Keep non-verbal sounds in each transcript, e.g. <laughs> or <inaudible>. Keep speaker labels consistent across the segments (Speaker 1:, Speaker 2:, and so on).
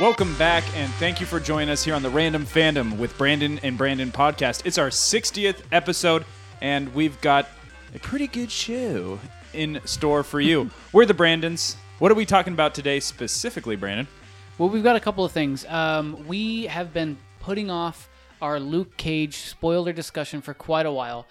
Speaker 1: Welcome back, and thank you for joining us here on the Random Fandom with Brandon and Brandon podcast. It's our 60th episode, and we've got a pretty good show in store for
Speaker 2: <laughs>
Speaker 1: you. We're the Brandons. What are we talking about today specifically, Brandon?
Speaker 2: Well, we've got a couple of things. Um, we have been putting off our Luke Cage spoiler discussion for quite a while.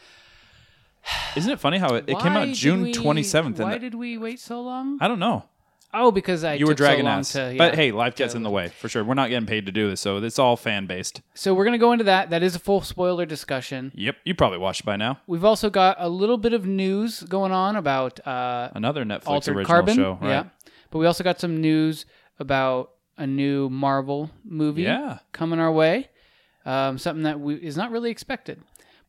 Speaker 1: Isn't it funny how it, it came
Speaker 2: Why
Speaker 1: out
Speaker 2: did
Speaker 1: June
Speaker 2: we-
Speaker 1: 27th?
Speaker 2: Why
Speaker 1: And
Speaker 2: did we wait so long?
Speaker 1: I don't know.
Speaker 2: Oh, because I
Speaker 1: You were
Speaker 2: took so
Speaker 1: dragging
Speaker 2: long
Speaker 1: us.
Speaker 2: to- yeah.
Speaker 1: But hey, life gets in the way for sure. We're not getting paid to do this, so it's all fan based.
Speaker 2: so we're gonna go into that. That is a full spoiler discussion.
Speaker 1: Yep, you probably watched by now.
Speaker 2: We've also got a little bit of news going on about uh,
Speaker 1: Another Netflix
Speaker 2: Altered
Speaker 1: original
Speaker 2: Carbon.
Speaker 1: show, right?
Speaker 2: Yeah, but we also got some news about a new Marvel movie
Speaker 1: Yeah.
Speaker 2: coming our way. Um, something that we, is not really expected.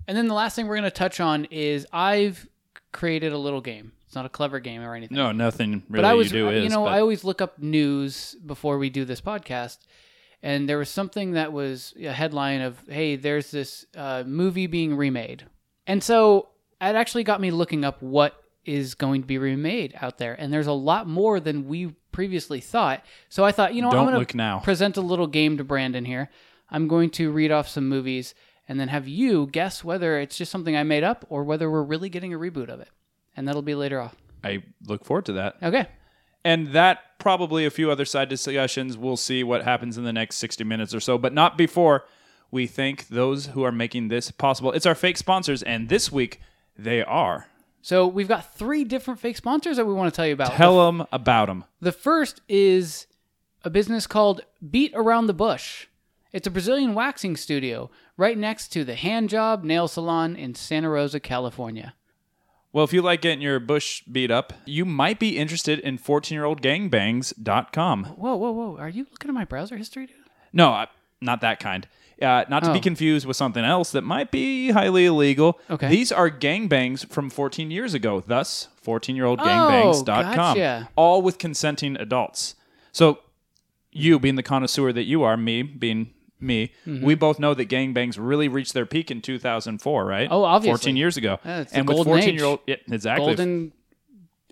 Speaker 2: And then the last thing we're going to touch on is I've created a little game. It's not a clever game or anything.
Speaker 1: No, nothing really
Speaker 2: but I was, uh,
Speaker 1: you do is.
Speaker 2: you know,
Speaker 1: but-
Speaker 2: I always look up news before we do this podcast. And there was something that was a headline of, hey, there's this uh, movie being remade. And so it actually got me looking up what is going to be remade out there. And there's a lot more than we previously thought. So I thought, you know,
Speaker 1: Don't
Speaker 2: I'm going
Speaker 1: look
Speaker 2: to
Speaker 1: now.
Speaker 2: present a little game to Brandon here. I'm going to read off some movies and then have you guess whether it's just something I made up or whether we're really getting a reboot of it. And that'll be later on.
Speaker 1: I look forward to that.
Speaker 2: Okay.
Speaker 1: And that probably a few other side discussions. We'll see what happens in the next 60 minutes or so, but not before we thank those who are making this possible. It's our fake sponsors, and this week they are.
Speaker 2: So we've got three different fake sponsors that we want to tell you about.
Speaker 1: Tell them about them.
Speaker 2: The first is a business called Beat Around the Bush. It's a Brazilian waxing studio right next to the Hand Job Nail Salon in Santa Rosa, California.
Speaker 1: Well, if you like getting your bush beat up, you might be interested in 14yearoldgangbangs.com.
Speaker 2: Whoa, whoa, whoa. Are you looking at my browser history, dude?
Speaker 1: No, I- not that kind. Uh, not to be
Speaker 2: Oh.
Speaker 1: confused with something else that might be highly illegal.
Speaker 2: Okay.
Speaker 1: These are gangbangs from 14 years ago, thus 14yearoldgangbangs.com.
Speaker 2: Oh, gotcha.
Speaker 1: All with consenting adults. So, you being the connoisseur that you are, me being me,
Speaker 2: Mm-hmm.
Speaker 1: we both know that gangbangs really reached their peak in 2004, right?
Speaker 2: Oh, obviously.
Speaker 1: 14 years ago.
Speaker 2: Yeah, it's the
Speaker 1: and with
Speaker 2: golden
Speaker 1: 14 year old, yeah, exactly.
Speaker 2: Golden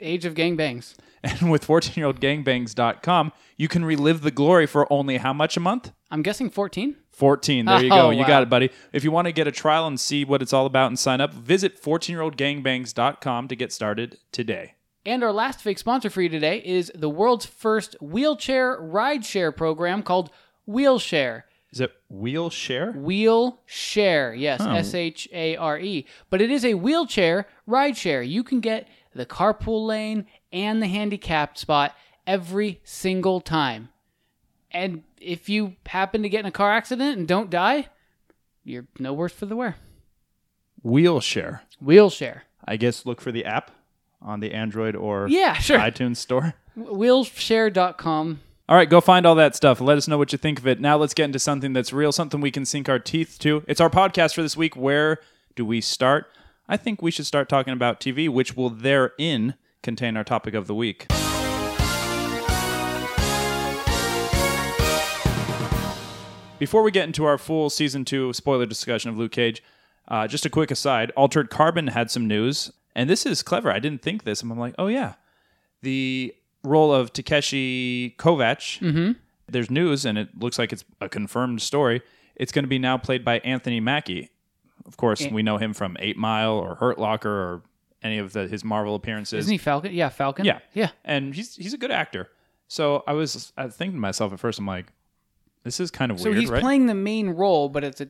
Speaker 2: age of gangbangs.
Speaker 1: <laughs> And with 14yearoldgangbangs.com, you can relive the glory for only how much a month?
Speaker 2: I'm guessing 14?
Speaker 1: 14. There you go.
Speaker 2: Oh,
Speaker 1: You
Speaker 2: wow.
Speaker 1: got it, buddy. If you want to get a trial and see what it's all about and sign up, visit 14yearoldgangbangs.com to get started today.
Speaker 2: And our last fake sponsor for you today is the world's first wheelchair rideshare program called Wheelshare.
Speaker 1: Is it Wheelshare?
Speaker 2: Wheel share, yes, S H A R E. But it is a wheelchair ride share. You can get the carpool lane and the handicapped spot every single time. And if you happen to get in a car accident and don't die, you're no worse for the wear.
Speaker 1: Wheelshare.
Speaker 2: Wheelshare.
Speaker 1: I guess look for the app on the Android or
Speaker 2: Yeah, sure.
Speaker 1: iTunes store.
Speaker 2: Wheelshare.com.
Speaker 1: All right, go find all that stuff. Let us know what you think of it. Now let's get into something that's real, something we can sink our teeth to. It's our podcast for this week. Where do we start? I think we should start talking about TV, which will therein contain our topic of the week. Before we get into our full season two spoiler discussion of Luke Cage, uh, just a quick aside Altered Carbon had some news, and this is clever. I didn't think this, and I'm like, oh yeah. The role of Takeshi Kovacs,
Speaker 2: Mm-hmm.
Speaker 1: there's news, and it looks like it's a confirmed story. It's going to be now played by Anthony Mackie. Of
Speaker 2: Eh.
Speaker 1: course, we know him from Eight Mile or Hurt Locker or any of the, his Marvel appearances.
Speaker 2: Isn't he Falcon? Yeah, Falcon.
Speaker 1: Yeah.
Speaker 2: Yeah.
Speaker 1: and he's he's a good actor. So I was I was thinking to myself at first, I'm like, this is kind of
Speaker 2: So
Speaker 1: weird,
Speaker 2: he's
Speaker 1: right?
Speaker 2: playing the main role, but it's a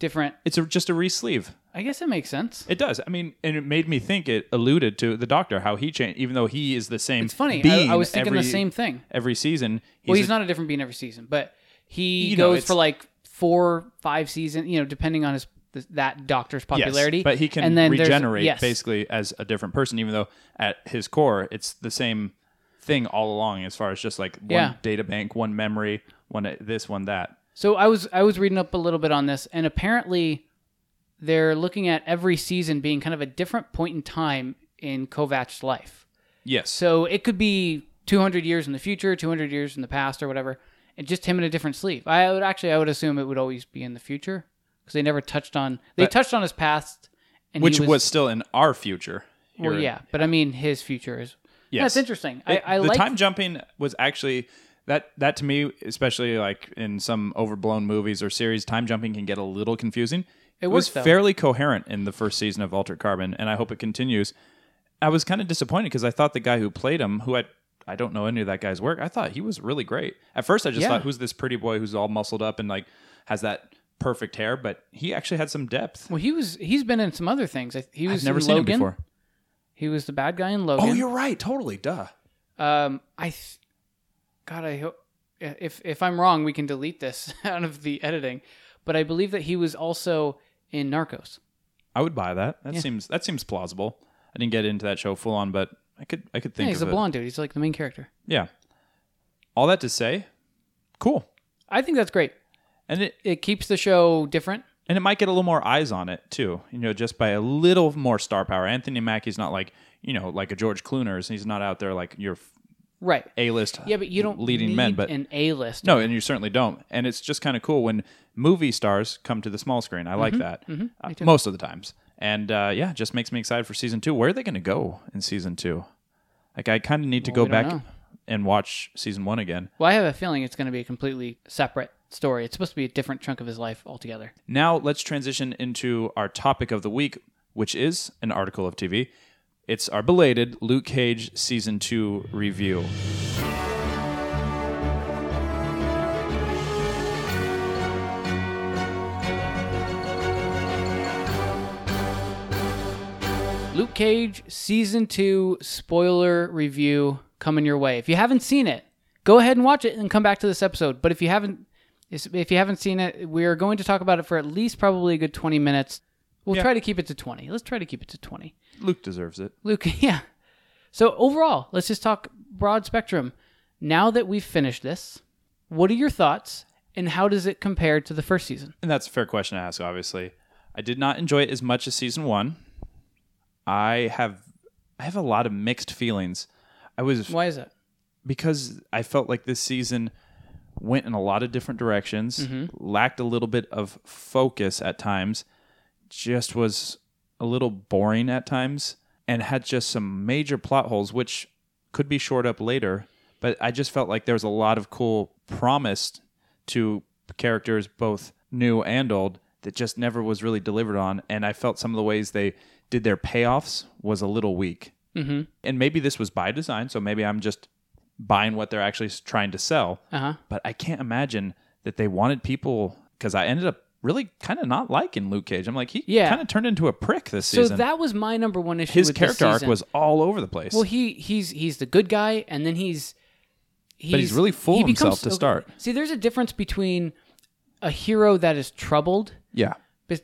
Speaker 2: different.
Speaker 1: it's a, just a re-sleeve.
Speaker 2: I guess it makes sense.
Speaker 1: It does. I mean, and it made me think it alluded to the Doctor, how he changed, even though he is the same.
Speaker 2: It's funny.
Speaker 1: being
Speaker 2: I, I was thinking
Speaker 1: every,
Speaker 2: the same thing.
Speaker 1: every season.
Speaker 2: well, he's
Speaker 1: a-
Speaker 2: not a different being every season, but he
Speaker 1: You know,
Speaker 2: goes
Speaker 1: it's-
Speaker 2: for like four, five season. You know, depending on his th- that doctor's
Speaker 1: yes,
Speaker 2: popularity.
Speaker 1: but he can
Speaker 2: and then there's-
Speaker 1: regenerate
Speaker 2: yes.
Speaker 1: basically as a different person, even though at his core it's the same thing all along, as far as just like one
Speaker 2: Yeah.
Speaker 1: data bank, one memory, one uh, this, one that.
Speaker 2: So I was I was reading up a little bit on this, and apparently they're looking at every season being kind of a different point in time in Kovac's life.
Speaker 1: Yes.
Speaker 2: So it could be 200 years in the future, 200 years in the past, or whatever, and just him in a different sleeve. I would actually I would assume it would always be in the future. because they never touched on they touched on his past, and he
Speaker 1: which was, still in our future.
Speaker 2: well,
Speaker 1: here.
Speaker 2: yeah, but I mean his future is yeah,
Speaker 1: Yes.
Speaker 2: it's interesting. I, I
Speaker 1: the
Speaker 2: like
Speaker 1: time jumping was actually that that to me, especially like in some overblown movies or series, time jumping can get a little confusing. It, was
Speaker 2: works, though.
Speaker 1: fairly coherent in the first season of Altered Carbon, and I hope it continues. I was kind of disappointed because I thought the guy who played him, who I I don't know any of that guy's work, I thought he was really great. At first, I just
Speaker 2: Yeah.
Speaker 1: thought, who's this pretty boy who's all muscled up and like has that perfect hair? But he actually had some depth.
Speaker 2: well he was he's been in some other things. I- He was
Speaker 1: I've never
Speaker 2: in
Speaker 1: seen
Speaker 2: Logan.
Speaker 1: him before.
Speaker 2: He was the bad guy in Logan.
Speaker 1: Oh, you're right. Totally. Duh.
Speaker 2: Um, I, th- God, I hope if if I'm wrong, we can delete this <laughs> out of the editing. But I believe that he was also in Narcos.
Speaker 1: I would buy that. That
Speaker 2: Yeah.
Speaker 1: seems that seems plausible. I didn't get into that show full on, but I could I could
Speaker 2: Yeah,
Speaker 1: think
Speaker 2: he's a
Speaker 1: of it.
Speaker 2: blonde dude. He's like the main character.
Speaker 1: Yeah. All that to say, cool.
Speaker 2: I think that's great.
Speaker 1: And it
Speaker 2: It keeps the show different.
Speaker 1: and it might get a little more eyes on it too. You know, just by a little more star power. Anthony Mackie's not like you know like a George Clooners. He's not out there like your
Speaker 2: Right.
Speaker 1: A list.
Speaker 2: Yeah, but you don't
Speaker 1: leading
Speaker 2: need
Speaker 1: men, but
Speaker 2: an A list.
Speaker 1: no, and you certainly don't. And it's just kind of cool when movie stars come to the small screen. I
Speaker 2: Mm-hmm,
Speaker 1: like that Uh, most of the times. And uh, yeah, just makes me excited for season two. Where are they going to go in season two? Like, I kind of need to go
Speaker 2: Well, we don't
Speaker 1: back
Speaker 2: know.
Speaker 1: and watch season one again.
Speaker 2: Well, I have a feeling it's going to be a completely separate story. It's supposed to be a different chunk of his life altogether.
Speaker 1: Now let's transition into our topic of the week, which is an article of TV. It's our belated Luke Cage season two review.
Speaker 2: Luke Cage season two spoiler review coming your way. If you haven't seen it, go ahead and watch it and come back to this episode. But if you haven't, if you haven't seen it, we are going to talk about it for at least probably a good twenty minutes. We'll
Speaker 1: Yeah.
Speaker 2: try to keep it to twenty. Let's try to keep it to twenty.
Speaker 1: Luke deserves it.
Speaker 2: Luke, <laughs> yeah. So overall, let's just talk broad spectrum. Now that we've finished this, what are your thoughts and how does it compare to the first season?
Speaker 1: And that's a fair question to ask, obviously. I did not enjoy it as much as season one. I have I have a lot of mixed feelings. I was
Speaker 2: Why is that?
Speaker 1: because I felt like this season went in a lot of different directions, lacked a little bit of focus at times, just was a little boring at times, and had just some major plot holes, which could be shored up later. But I just felt like there was a lot of cool promise to characters, both new and old, that just never was really delivered on. And I felt some of the ways they did their payoffs was a little weak
Speaker 2: Mm-hmm.
Speaker 1: and maybe this was by design so maybe i'm just buying what they're actually s- trying to sell
Speaker 2: Uh huh.
Speaker 1: but i can't imagine that they wanted people because i ended up really kind of not liking luke cage i'm like he
Speaker 2: Yeah.
Speaker 1: kind of turned into a prick this
Speaker 2: So
Speaker 1: season
Speaker 2: that was my number one issue.
Speaker 1: his
Speaker 2: with this
Speaker 1: character arc
Speaker 2: season.
Speaker 1: was all over the place
Speaker 2: Well, he he's he's the good guy, and then he's, he's
Speaker 1: he's really full of himself to start.
Speaker 2: See, there's a difference between a hero that is troubled,
Speaker 1: yeah
Speaker 2: but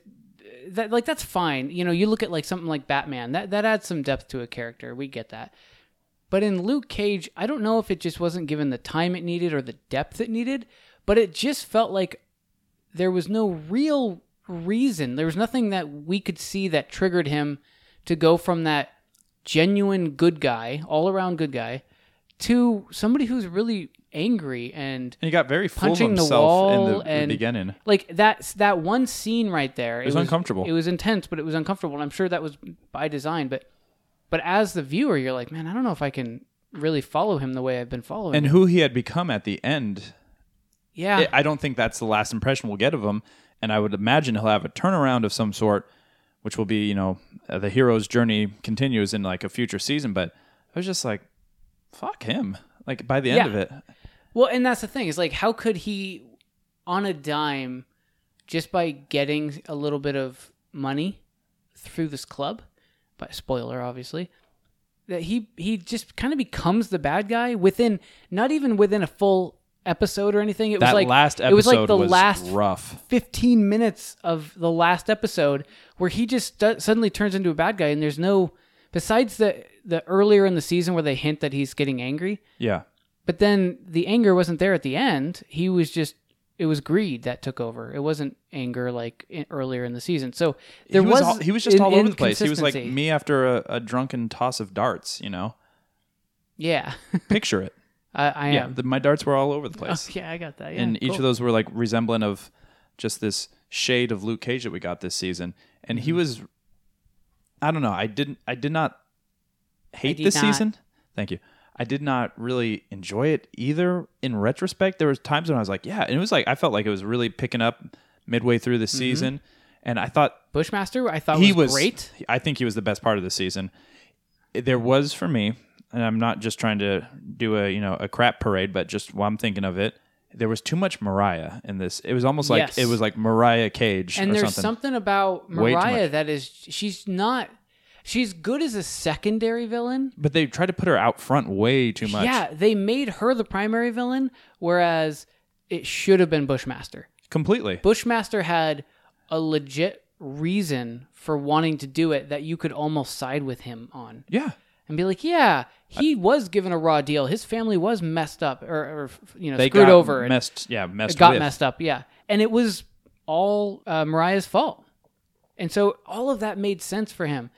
Speaker 2: that like that's fine. You know, you look at like something like Batman that that adds some depth to a character. We get that. But in Luke Cage, I don't know if it just wasn't given the time it needed or the depth it needed, but it just felt like there was no real reason. There was nothing that we could see that triggered him to go from that genuine good guy, all around good guy, to somebody who's really angry and
Speaker 1: and he got very full of
Speaker 2: Punching the
Speaker 1: himself in
Speaker 2: wall
Speaker 1: the, the
Speaker 2: and-
Speaker 1: beginning
Speaker 2: like that's that one scene right there. It,
Speaker 1: was uncomfortable.
Speaker 2: It was intense, but it was uncomfortable, and I'm sure that was by design. But but as the viewer, you're like, man, I don't know if I can really follow him the way I've been following.
Speaker 1: and
Speaker 2: him.
Speaker 1: who he had become at the end
Speaker 2: yeah,
Speaker 1: I- I don't think that's the last impression we'll get of him. And I would imagine he'll have a turnaround of some sort, which will be, you know, uh, the hero's journey continues in like a future season. But I was just like, fuck him. Like by the end
Speaker 2: Yeah.
Speaker 1: of it,
Speaker 2: Well, and that's the thing is like, how could he, on a dime, just by getting a little bit of money through this club, but spoiler obviously, that he he just kind of becomes the bad guy within not even within a full episode or anything. It was
Speaker 1: that
Speaker 2: like
Speaker 1: last episode
Speaker 2: it was like the last
Speaker 1: rough.
Speaker 2: 15 minutes of the last episode where he just stu- suddenly turns into a bad guy and there's no besides the the earlier in the season where they hint that he's getting angry
Speaker 1: Yeah.
Speaker 2: but then the anger wasn't there at the end. He was just it was greed that took over. It wasn't anger like in, earlier in the season. So there
Speaker 1: he
Speaker 2: was,
Speaker 1: was, all, he was just
Speaker 2: an
Speaker 1: all over the place. He was like
Speaker 2: inconsistency.
Speaker 1: me after a, a drunken toss of darts, you know?
Speaker 2: yeah, <laughs>
Speaker 1: Picture it.
Speaker 2: I, I
Speaker 1: Yeah.
Speaker 2: am. <laughs>
Speaker 1: the, my darts were all over the place.
Speaker 2: Yeah, I got that. Yeah,
Speaker 1: and each
Speaker 2: cool.
Speaker 1: of those were like resemblant of just this shade of Luke Cage that we got this season, and
Speaker 2: Mm-hmm.
Speaker 1: he was. I don't know. I didn't. I did not hate
Speaker 3: did
Speaker 1: this
Speaker 3: not.
Speaker 1: season. Thank you. I did not really enjoy it either. In retrospect, there was times when I was like, "Yeah," and it was like I felt like it was really picking up midway through the
Speaker 2: Mm-hmm.
Speaker 1: season, and I thought
Speaker 2: Bushmaster, I thought
Speaker 1: he
Speaker 2: was,
Speaker 1: was
Speaker 2: great.
Speaker 1: I think he was the best part of the season. There was for me, and I'm not just trying to do a you know a crap parade, but just while I'm thinking of it, there was too much Mariah in this. It was almost like
Speaker 2: Yes.
Speaker 1: it was like Mariah Cage
Speaker 2: And
Speaker 1: or
Speaker 2: there's
Speaker 1: something.
Speaker 2: something about
Speaker 1: Way too
Speaker 2: Mariah that is she's not she's good as a secondary villain.
Speaker 1: but they tried to put her out front way too much.
Speaker 2: Yeah, they made her the primary villain, whereas it should have been Bushmaster.
Speaker 1: completely.
Speaker 2: Bushmaster had a legit reason for wanting to do it that you could almost side with him on
Speaker 1: yeah,
Speaker 2: and be like, yeah, he was given a raw deal. His family was messed up or, or you know,
Speaker 1: they
Speaker 2: screwed
Speaker 1: got
Speaker 2: over and
Speaker 1: messed. Yeah, messed.
Speaker 2: got
Speaker 1: with.
Speaker 2: messed up. Yeah. And it was all uh, Mariah's fault. And so all of that made sense for him.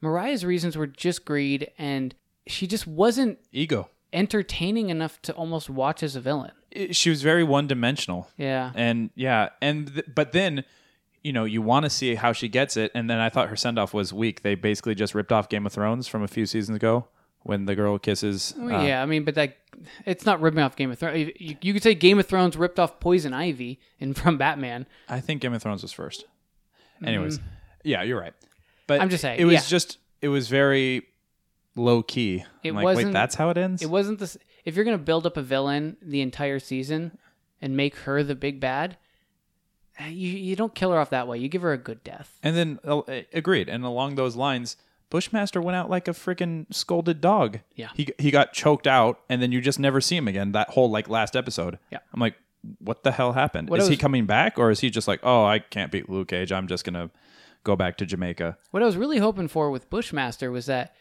Speaker 2: Mariah's reasons were just greed and she just wasn't
Speaker 1: Ego.
Speaker 2: entertaining enough to almost watch as a villain.
Speaker 1: It- she was very one dimensional.
Speaker 2: Yeah.
Speaker 1: and yeah and th- but then you know you want to see how she gets it and then i thought her send-off was weak they basically just ripped off game of thrones from a few seasons ago when the girl kisses
Speaker 2: Well,
Speaker 1: uh,
Speaker 2: Oh, yeah, I mean, but that it's not ripping off Game of Thrones. You, you could say Game of Thrones ripped off Poison Ivy and <laughs> from Batman.
Speaker 1: i think game of thrones was first anyways yeah you're right but
Speaker 2: Mm-hmm. I'm just saying,
Speaker 1: it was
Speaker 2: yeah.
Speaker 1: just it was very low key
Speaker 2: It
Speaker 1: I'm like wait
Speaker 2: wasn't-
Speaker 1: that's how it ends
Speaker 2: It wasn't this. If you're gonna build up a villain the entire season and make her the big bad, eh, you you don't kill her off that way. You give her a good death.
Speaker 1: and then uh, agreed and along those lines bushmaster went out like a freaking scolded dog
Speaker 2: Yeah.
Speaker 1: he, he got choked out and then you just never see him again that whole like last episode
Speaker 2: Yeah.
Speaker 1: i'm like what the hell happened
Speaker 2: What
Speaker 1: Is
Speaker 2: I
Speaker 1: he
Speaker 2: was-
Speaker 1: coming back or is he just like oh i can't beat luke cage i'm just gonna go back to jamaica
Speaker 2: What I was really hoping for with Bushmaster was that.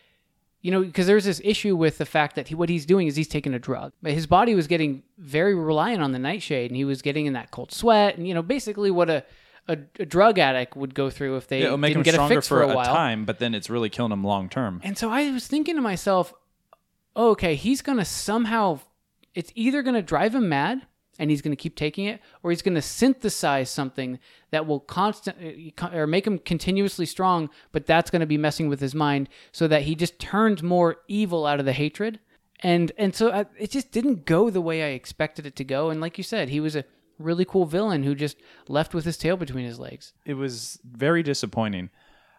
Speaker 2: You know, because there's this issue with the fact that he, what he's doing is he's taking a drug. But his body was getting very reliant on the nightshade, and he was getting in that cold sweat, and you know, basically what a a, a drug addict would go through if they
Speaker 1: it'll make
Speaker 2: didn't
Speaker 1: him
Speaker 2: get a
Speaker 1: stronger
Speaker 2: fix
Speaker 1: for, a,
Speaker 2: while.
Speaker 1: time but then it's really killing him long term
Speaker 2: And so I was thinking to myself, oh, okay, he's going to somehow, it's either going to drive him mad and he's going to keep taking it, or he's going to synthesize something that will constantly or make him continuously strong, but that's going to be messing with his mind so that he just turns more evil out of the hatred. And and so I, it just didn't go the way I expected it to go. And like you said, he was a really cool villain who just left with his tail between his legs.
Speaker 1: it was very disappointing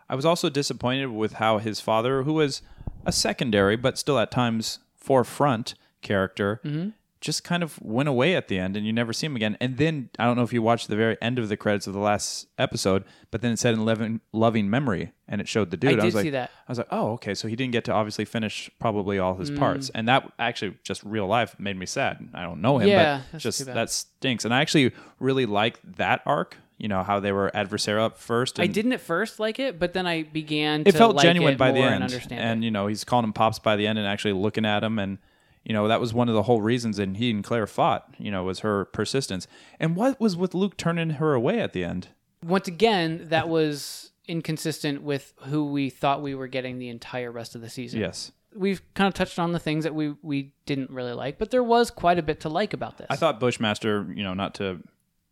Speaker 1: i was also disappointed with how his father who was a secondary but still at times forefront character
Speaker 2: Mm-hmm.
Speaker 1: just kind of went away at the end and you never see him again. And then I don't know if you watched the very end of the credits of the last episode, but then it said in loving, loving memory and it showed the dude. was
Speaker 2: I did
Speaker 1: like,
Speaker 2: see that.
Speaker 1: I was like, oh, okay. So he didn't get to obviously finish probably all
Speaker 2: Mm.
Speaker 1: his parts. And that actually just real life made me sad. I don't know him,
Speaker 2: Yeah,
Speaker 1: but
Speaker 2: that's too
Speaker 1: just
Speaker 2: bad.
Speaker 1: that stinks. And I actually really liked that arc, you know, how they were adversarial at first.
Speaker 2: I
Speaker 1: And
Speaker 2: didn't at first like it, but then I began.
Speaker 1: it
Speaker 2: to
Speaker 1: felt
Speaker 2: like
Speaker 1: genuine
Speaker 2: it
Speaker 1: by the
Speaker 2: more
Speaker 1: end
Speaker 2: and understand it.
Speaker 1: and you know he's calling him pops by the end and actually looking at him and you know that was one of the whole reasons and he and claire fought you know was her persistence and what was with luke turning her away at the end
Speaker 2: Once again, that was inconsistent with who we thought we were getting the entire rest of the season.
Speaker 1: yes
Speaker 2: We've kind of touched on the things that we, we didn't really like, but there was quite a bit to like about this.
Speaker 1: i thought bushmaster you know not to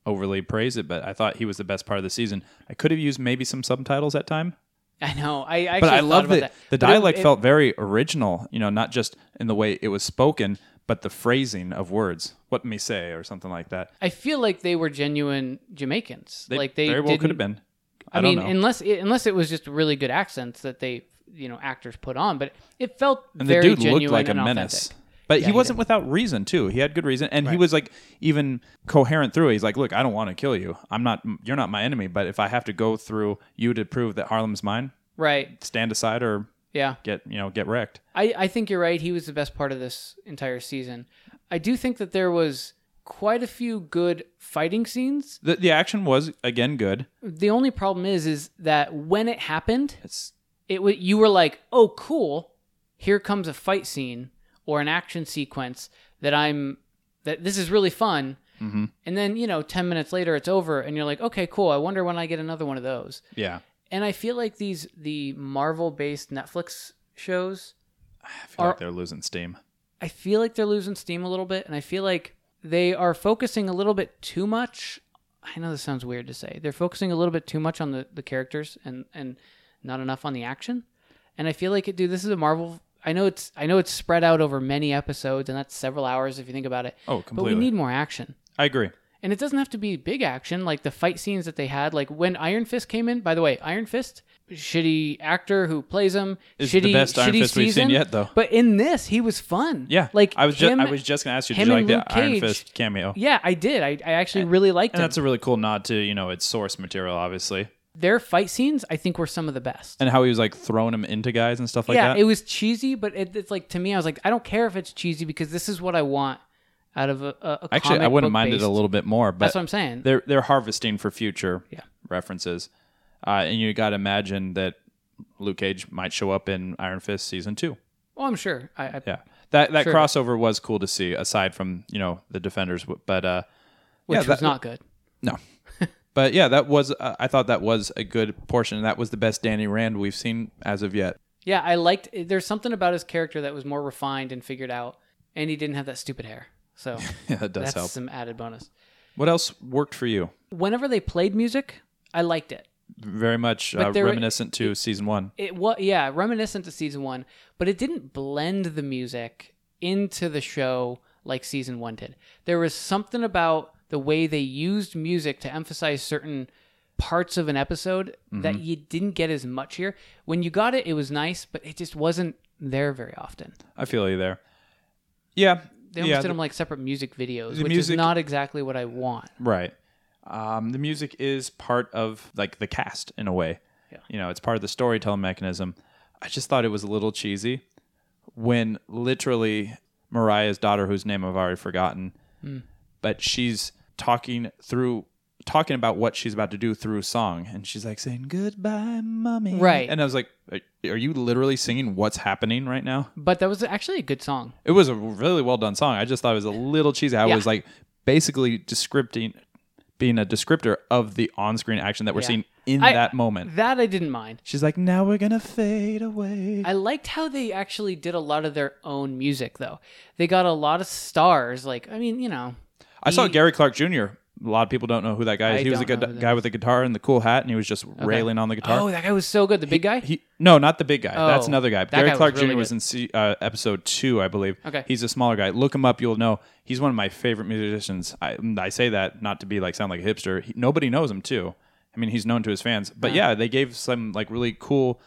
Speaker 1: overly praise it but i thought he was the best part of the season i could have used maybe some subtitles at time
Speaker 2: I know. I actually
Speaker 1: but i
Speaker 2: thought
Speaker 1: love that
Speaker 2: about that.
Speaker 1: the
Speaker 2: But it-
Speaker 1: dialect
Speaker 2: it-
Speaker 1: felt very original you know not just in the way it was spoken but the phrasing of words what me say or something like that
Speaker 2: I feel like they were genuine Jamaicans.
Speaker 1: they,
Speaker 2: like they
Speaker 1: very well could have
Speaker 2: didn't-
Speaker 1: been
Speaker 2: I,
Speaker 1: I don't
Speaker 2: mean,
Speaker 1: know.
Speaker 2: unless it, unless it was just really good accents that they you know actors put on, but it felt
Speaker 1: and the
Speaker 2: very
Speaker 1: dude
Speaker 2: genuine
Speaker 1: looked like a
Speaker 2: and
Speaker 1: menace.
Speaker 2: authentic.
Speaker 1: But he
Speaker 2: he
Speaker 1: wasn't without reason too. He had good reason, and he was like even coherent through. it. He's like, "Look, I don't want to kill you. I'm not. You're not my enemy. But if I have to go through you to prove that Harlem's mine,
Speaker 2: Right?
Speaker 1: stand aside or
Speaker 2: Yeah.
Speaker 1: get you know get wrecked."
Speaker 2: I, I think you're right. He was the best part of this entire season. I do think that there was quite a few good fighting scenes.
Speaker 1: The the action was again good.
Speaker 2: The only problem is, is that when it happened,
Speaker 1: It's
Speaker 2: it wa you were like, "Oh, cool! Here comes a fight scene or an action sequence that I'm that this is really fun." And then you know, ten minutes later, it's over, and you're like, "Okay, cool. I wonder when I get another one of those."
Speaker 1: yeah.
Speaker 2: And I feel like these the Marvel-based Netflix shows
Speaker 1: I feel
Speaker 2: Are-
Speaker 1: like they're losing steam.
Speaker 2: I feel like they're losing steam a little bit, and I feel like they are focusing a little bit too much I know this sounds weird to say. They're focusing a little bit too much on the, the characters and and not enough on the action. And I feel like it dude, this is a Marvel I know it's I know it's spread out over many episodes and that's several hours if you think about it.
Speaker 1: Oh,
Speaker 2: But
Speaker 1: completely.
Speaker 2: we need more action.
Speaker 1: I agree.
Speaker 2: And it doesn't have to be big action, like the fight scenes that they had. Like when Iron Fist came in, by the way, Iron Fist, shitty actor who plays him,
Speaker 1: Is
Speaker 2: shitty,
Speaker 1: the best Iron
Speaker 2: shitty
Speaker 1: Fist we've seen
Speaker 2: season.
Speaker 1: yet, though.
Speaker 2: But in this, he was fun.
Speaker 1: Yeah,
Speaker 2: like
Speaker 1: I was just
Speaker 2: him-
Speaker 1: I was just gonna ask you, did
Speaker 2: him
Speaker 1: you like
Speaker 2: and
Speaker 1: the
Speaker 2: Luke
Speaker 1: Iron
Speaker 2: Cage.
Speaker 1: Fist cameo?
Speaker 2: Yeah, I did. I, I actually really liked
Speaker 1: And
Speaker 2: him.
Speaker 1: that's a really cool nod to you know its source material, obviously,
Speaker 2: Their fight scenes, I think, were some of the best.
Speaker 1: and how he was like throwing him into guys and stuff like
Speaker 2: yeah,
Speaker 1: that.
Speaker 2: it was cheesy, but it, it's like to me, I was like, I don't care if it's cheesy because this is what I want out of a, a, a
Speaker 1: Actually, I
Speaker 2: comic
Speaker 1: wouldn't
Speaker 2: book
Speaker 1: mind it a
Speaker 2: based-
Speaker 1: little bit more, but
Speaker 2: That's what I'm saying.
Speaker 1: they're they're harvesting for future
Speaker 2: Yeah.
Speaker 1: references, uh, and you got to imagine that Luke Cage might show up in Iron Fist season two.
Speaker 2: Oh, I'm sure. I, I,
Speaker 1: Yeah, that that
Speaker 2: Sure.
Speaker 1: crossover was cool to see. Aside from you know the Defenders, w- but uh,
Speaker 2: Which
Speaker 1: yeah,
Speaker 2: was
Speaker 1: that-
Speaker 2: not good.
Speaker 1: no, but yeah, that was uh, I thought that was a good portion. and That was the best Danny Rand we've seen as of yet. <laughs>
Speaker 2: Yeah, I liked. There's something about his character that was more refined and figured out, and he didn't have that stupid hair. So
Speaker 1: Yeah, that does
Speaker 2: that's
Speaker 1: help.
Speaker 2: some added bonus.
Speaker 1: What else worked for you?
Speaker 2: Whenever they played music, I liked it.
Speaker 1: Very much uh,
Speaker 2: there-
Speaker 1: reminiscent to season one.
Speaker 2: It was yeah, reminiscent to season one, but it didn't blend the music into the show like season one did. There was something about the way they used music to emphasize certain parts of an episode that you didn't get as much here. When you got it, it was nice, but it just wasn't there very often.
Speaker 1: I feel you there. Yeah,
Speaker 2: They almost
Speaker 1: yeah,
Speaker 2: did
Speaker 1: the-
Speaker 2: them like separate music videos,
Speaker 1: the
Speaker 2: which
Speaker 1: music-
Speaker 2: is not exactly what I want.
Speaker 1: Right. Um, the music is part of like the cast in a way.
Speaker 2: Yeah.
Speaker 1: You know, it's part of the storytelling mechanism. I just thought it was a little cheesy when literally Mariah's daughter, whose name I've already forgotten,
Speaker 2: Hmm.
Speaker 1: but she's talking through talking about what she's about to do through song and she's like saying goodbye mommy
Speaker 2: Right.
Speaker 1: and i was like are are you literally singing what's happening right now
Speaker 2: But that was actually a good song.
Speaker 1: it was a really well done song. I just thought it was a little cheesy. I
Speaker 2: Yeah.
Speaker 1: was like basically descripting being a descriptor of the on screen action that we're
Speaker 2: Yeah.
Speaker 1: seeing in
Speaker 2: I-
Speaker 1: that moment.
Speaker 2: That I didn't mind.
Speaker 1: She's like, now we're gonna fade away.
Speaker 2: I liked how they actually did a lot of their own music, though. They got a lot of stars. Like, I mean, you know,
Speaker 1: I saw Gary Clark Jr. A lot of people don't know who that guy is.
Speaker 2: I
Speaker 1: he was the
Speaker 2: don't
Speaker 1: good
Speaker 2: know who that
Speaker 1: guy with the guitar and the cool hat, and he was just railing on the guitar.
Speaker 2: oh, that guy was so good. The big guy.
Speaker 1: He, no, not the big guy. That's
Speaker 2: Oh,
Speaker 1: another guy.
Speaker 2: that
Speaker 1: Gary
Speaker 2: guy was
Speaker 1: Clark
Speaker 2: really
Speaker 1: Jr. was
Speaker 2: good.
Speaker 1: in se- uh, episode two, I believe.
Speaker 2: Okay.
Speaker 1: He's a smaller guy. Look him up. You'll know. He's one of my favorite musicians. I, I say that not to be like sound like a hipster. He, nobody knows him too. I mean, he's known to his fans.
Speaker 2: Uh-huh.
Speaker 1: But yeah, they gave some like really cool,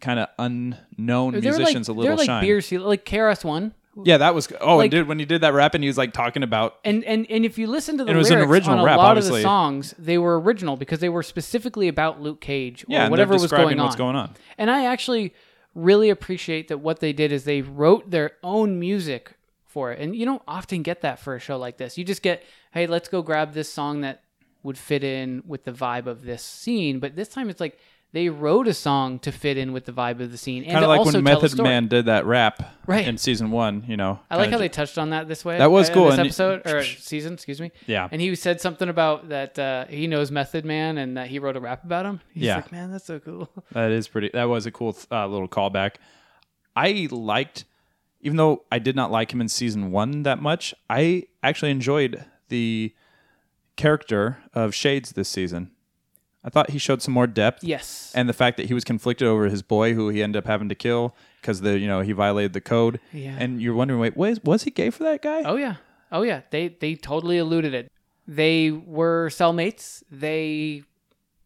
Speaker 1: kind of unknown
Speaker 2: They're like-
Speaker 1: musicians a little
Speaker 2: they're like
Speaker 1: shine.
Speaker 2: beer seal, like KRS One.
Speaker 1: Yeah, that was. Oh,
Speaker 2: Like-
Speaker 1: and dude, when he did that rap and he was like talking about.
Speaker 2: And, and and if you listen to the
Speaker 1: It was an
Speaker 2: lyrics
Speaker 1: original
Speaker 2: on a
Speaker 1: rap,
Speaker 2: lot of
Speaker 1: obviously.
Speaker 2: the songs, they were original because they were specifically about Luke Cage or
Speaker 1: Yeah, and
Speaker 2: whatever
Speaker 1: they're
Speaker 2: was
Speaker 1: describing
Speaker 2: going on.
Speaker 1: what's going on.
Speaker 2: And I actually really appreciate that what they did is they wrote their own music for it. And you don't often get that for a show like this. You just get, hey, let's go grab this song that would fit in with the vibe of this scene. But this time it's like they wrote a song to fit in with the vibe of the scene. And
Speaker 1: Kind
Speaker 2: to
Speaker 1: of like
Speaker 2: also
Speaker 1: when
Speaker 2: tell a
Speaker 1: Method
Speaker 2: story.
Speaker 1: Man did that rap
Speaker 2: Right.
Speaker 1: in season one. You know,
Speaker 2: I like
Speaker 1: kinda
Speaker 2: how they touched on that this way.
Speaker 1: That was
Speaker 2: uh,
Speaker 1: cool,
Speaker 2: This
Speaker 1: and- <laughs>
Speaker 2: episode or season, excuse me.
Speaker 1: Yeah.
Speaker 2: And he said something about that uh, he knows Method Man and that he wrote a rap about him. He's
Speaker 1: Yeah.
Speaker 2: like, man, that's so cool.
Speaker 1: That is pretty. That was a cool th- uh, little callback. I liked, even though I did not like him in season one that much. I actually enjoyed the character of Shades this season. I thought he showed some more depth,
Speaker 2: Yes.
Speaker 1: and the fact that he was conflicted over his boy, who he ended up having to kill because the you know he violated the code.
Speaker 2: <laughs> Yeah.
Speaker 1: And you're wondering, wait, was was he gay for that guy?
Speaker 2: Oh yeah. Oh yeah. They they totally eluded it. They were cellmates. They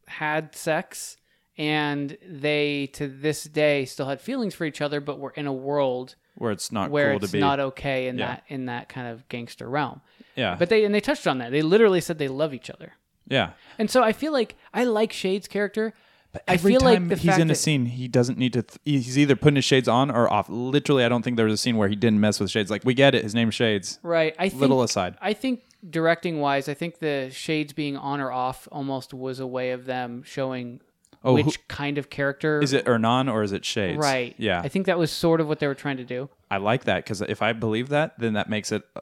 Speaker 2: had sex and they to this day still had feelings for each other but were in a world
Speaker 1: Where it's not
Speaker 2: where
Speaker 1: cool
Speaker 2: it's
Speaker 1: to be.
Speaker 2: not okay in
Speaker 1: Yeah.
Speaker 2: that in that kind of gangster realm.
Speaker 1: yeah.
Speaker 2: But they and they touched on that. They literally said they love each other.
Speaker 1: yeah.
Speaker 2: And so I feel like I like Shade's character. But
Speaker 1: Every
Speaker 2: I feel
Speaker 1: time
Speaker 2: like the
Speaker 1: he's
Speaker 2: fact
Speaker 1: in a
Speaker 2: that-
Speaker 1: scene, he doesn't need to. Th- he's either putting his shades on or off. Literally, I don't think there was a scene where he didn't mess with shades. Like we get it, his name's Shades.
Speaker 2: Right. I think
Speaker 1: Little aside,
Speaker 2: I think directing wise, I think the shades being on or off almost was a way of them showing
Speaker 1: Oh,
Speaker 2: which
Speaker 1: who-
Speaker 2: kind of character
Speaker 1: is it Ernan or is it Shades?
Speaker 2: right.
Speaker 1: Yeah,
Speaker 2: I think that was sort of what they were trying to do.
Speaker 1: I like that because if I believe that, then that makes it uh,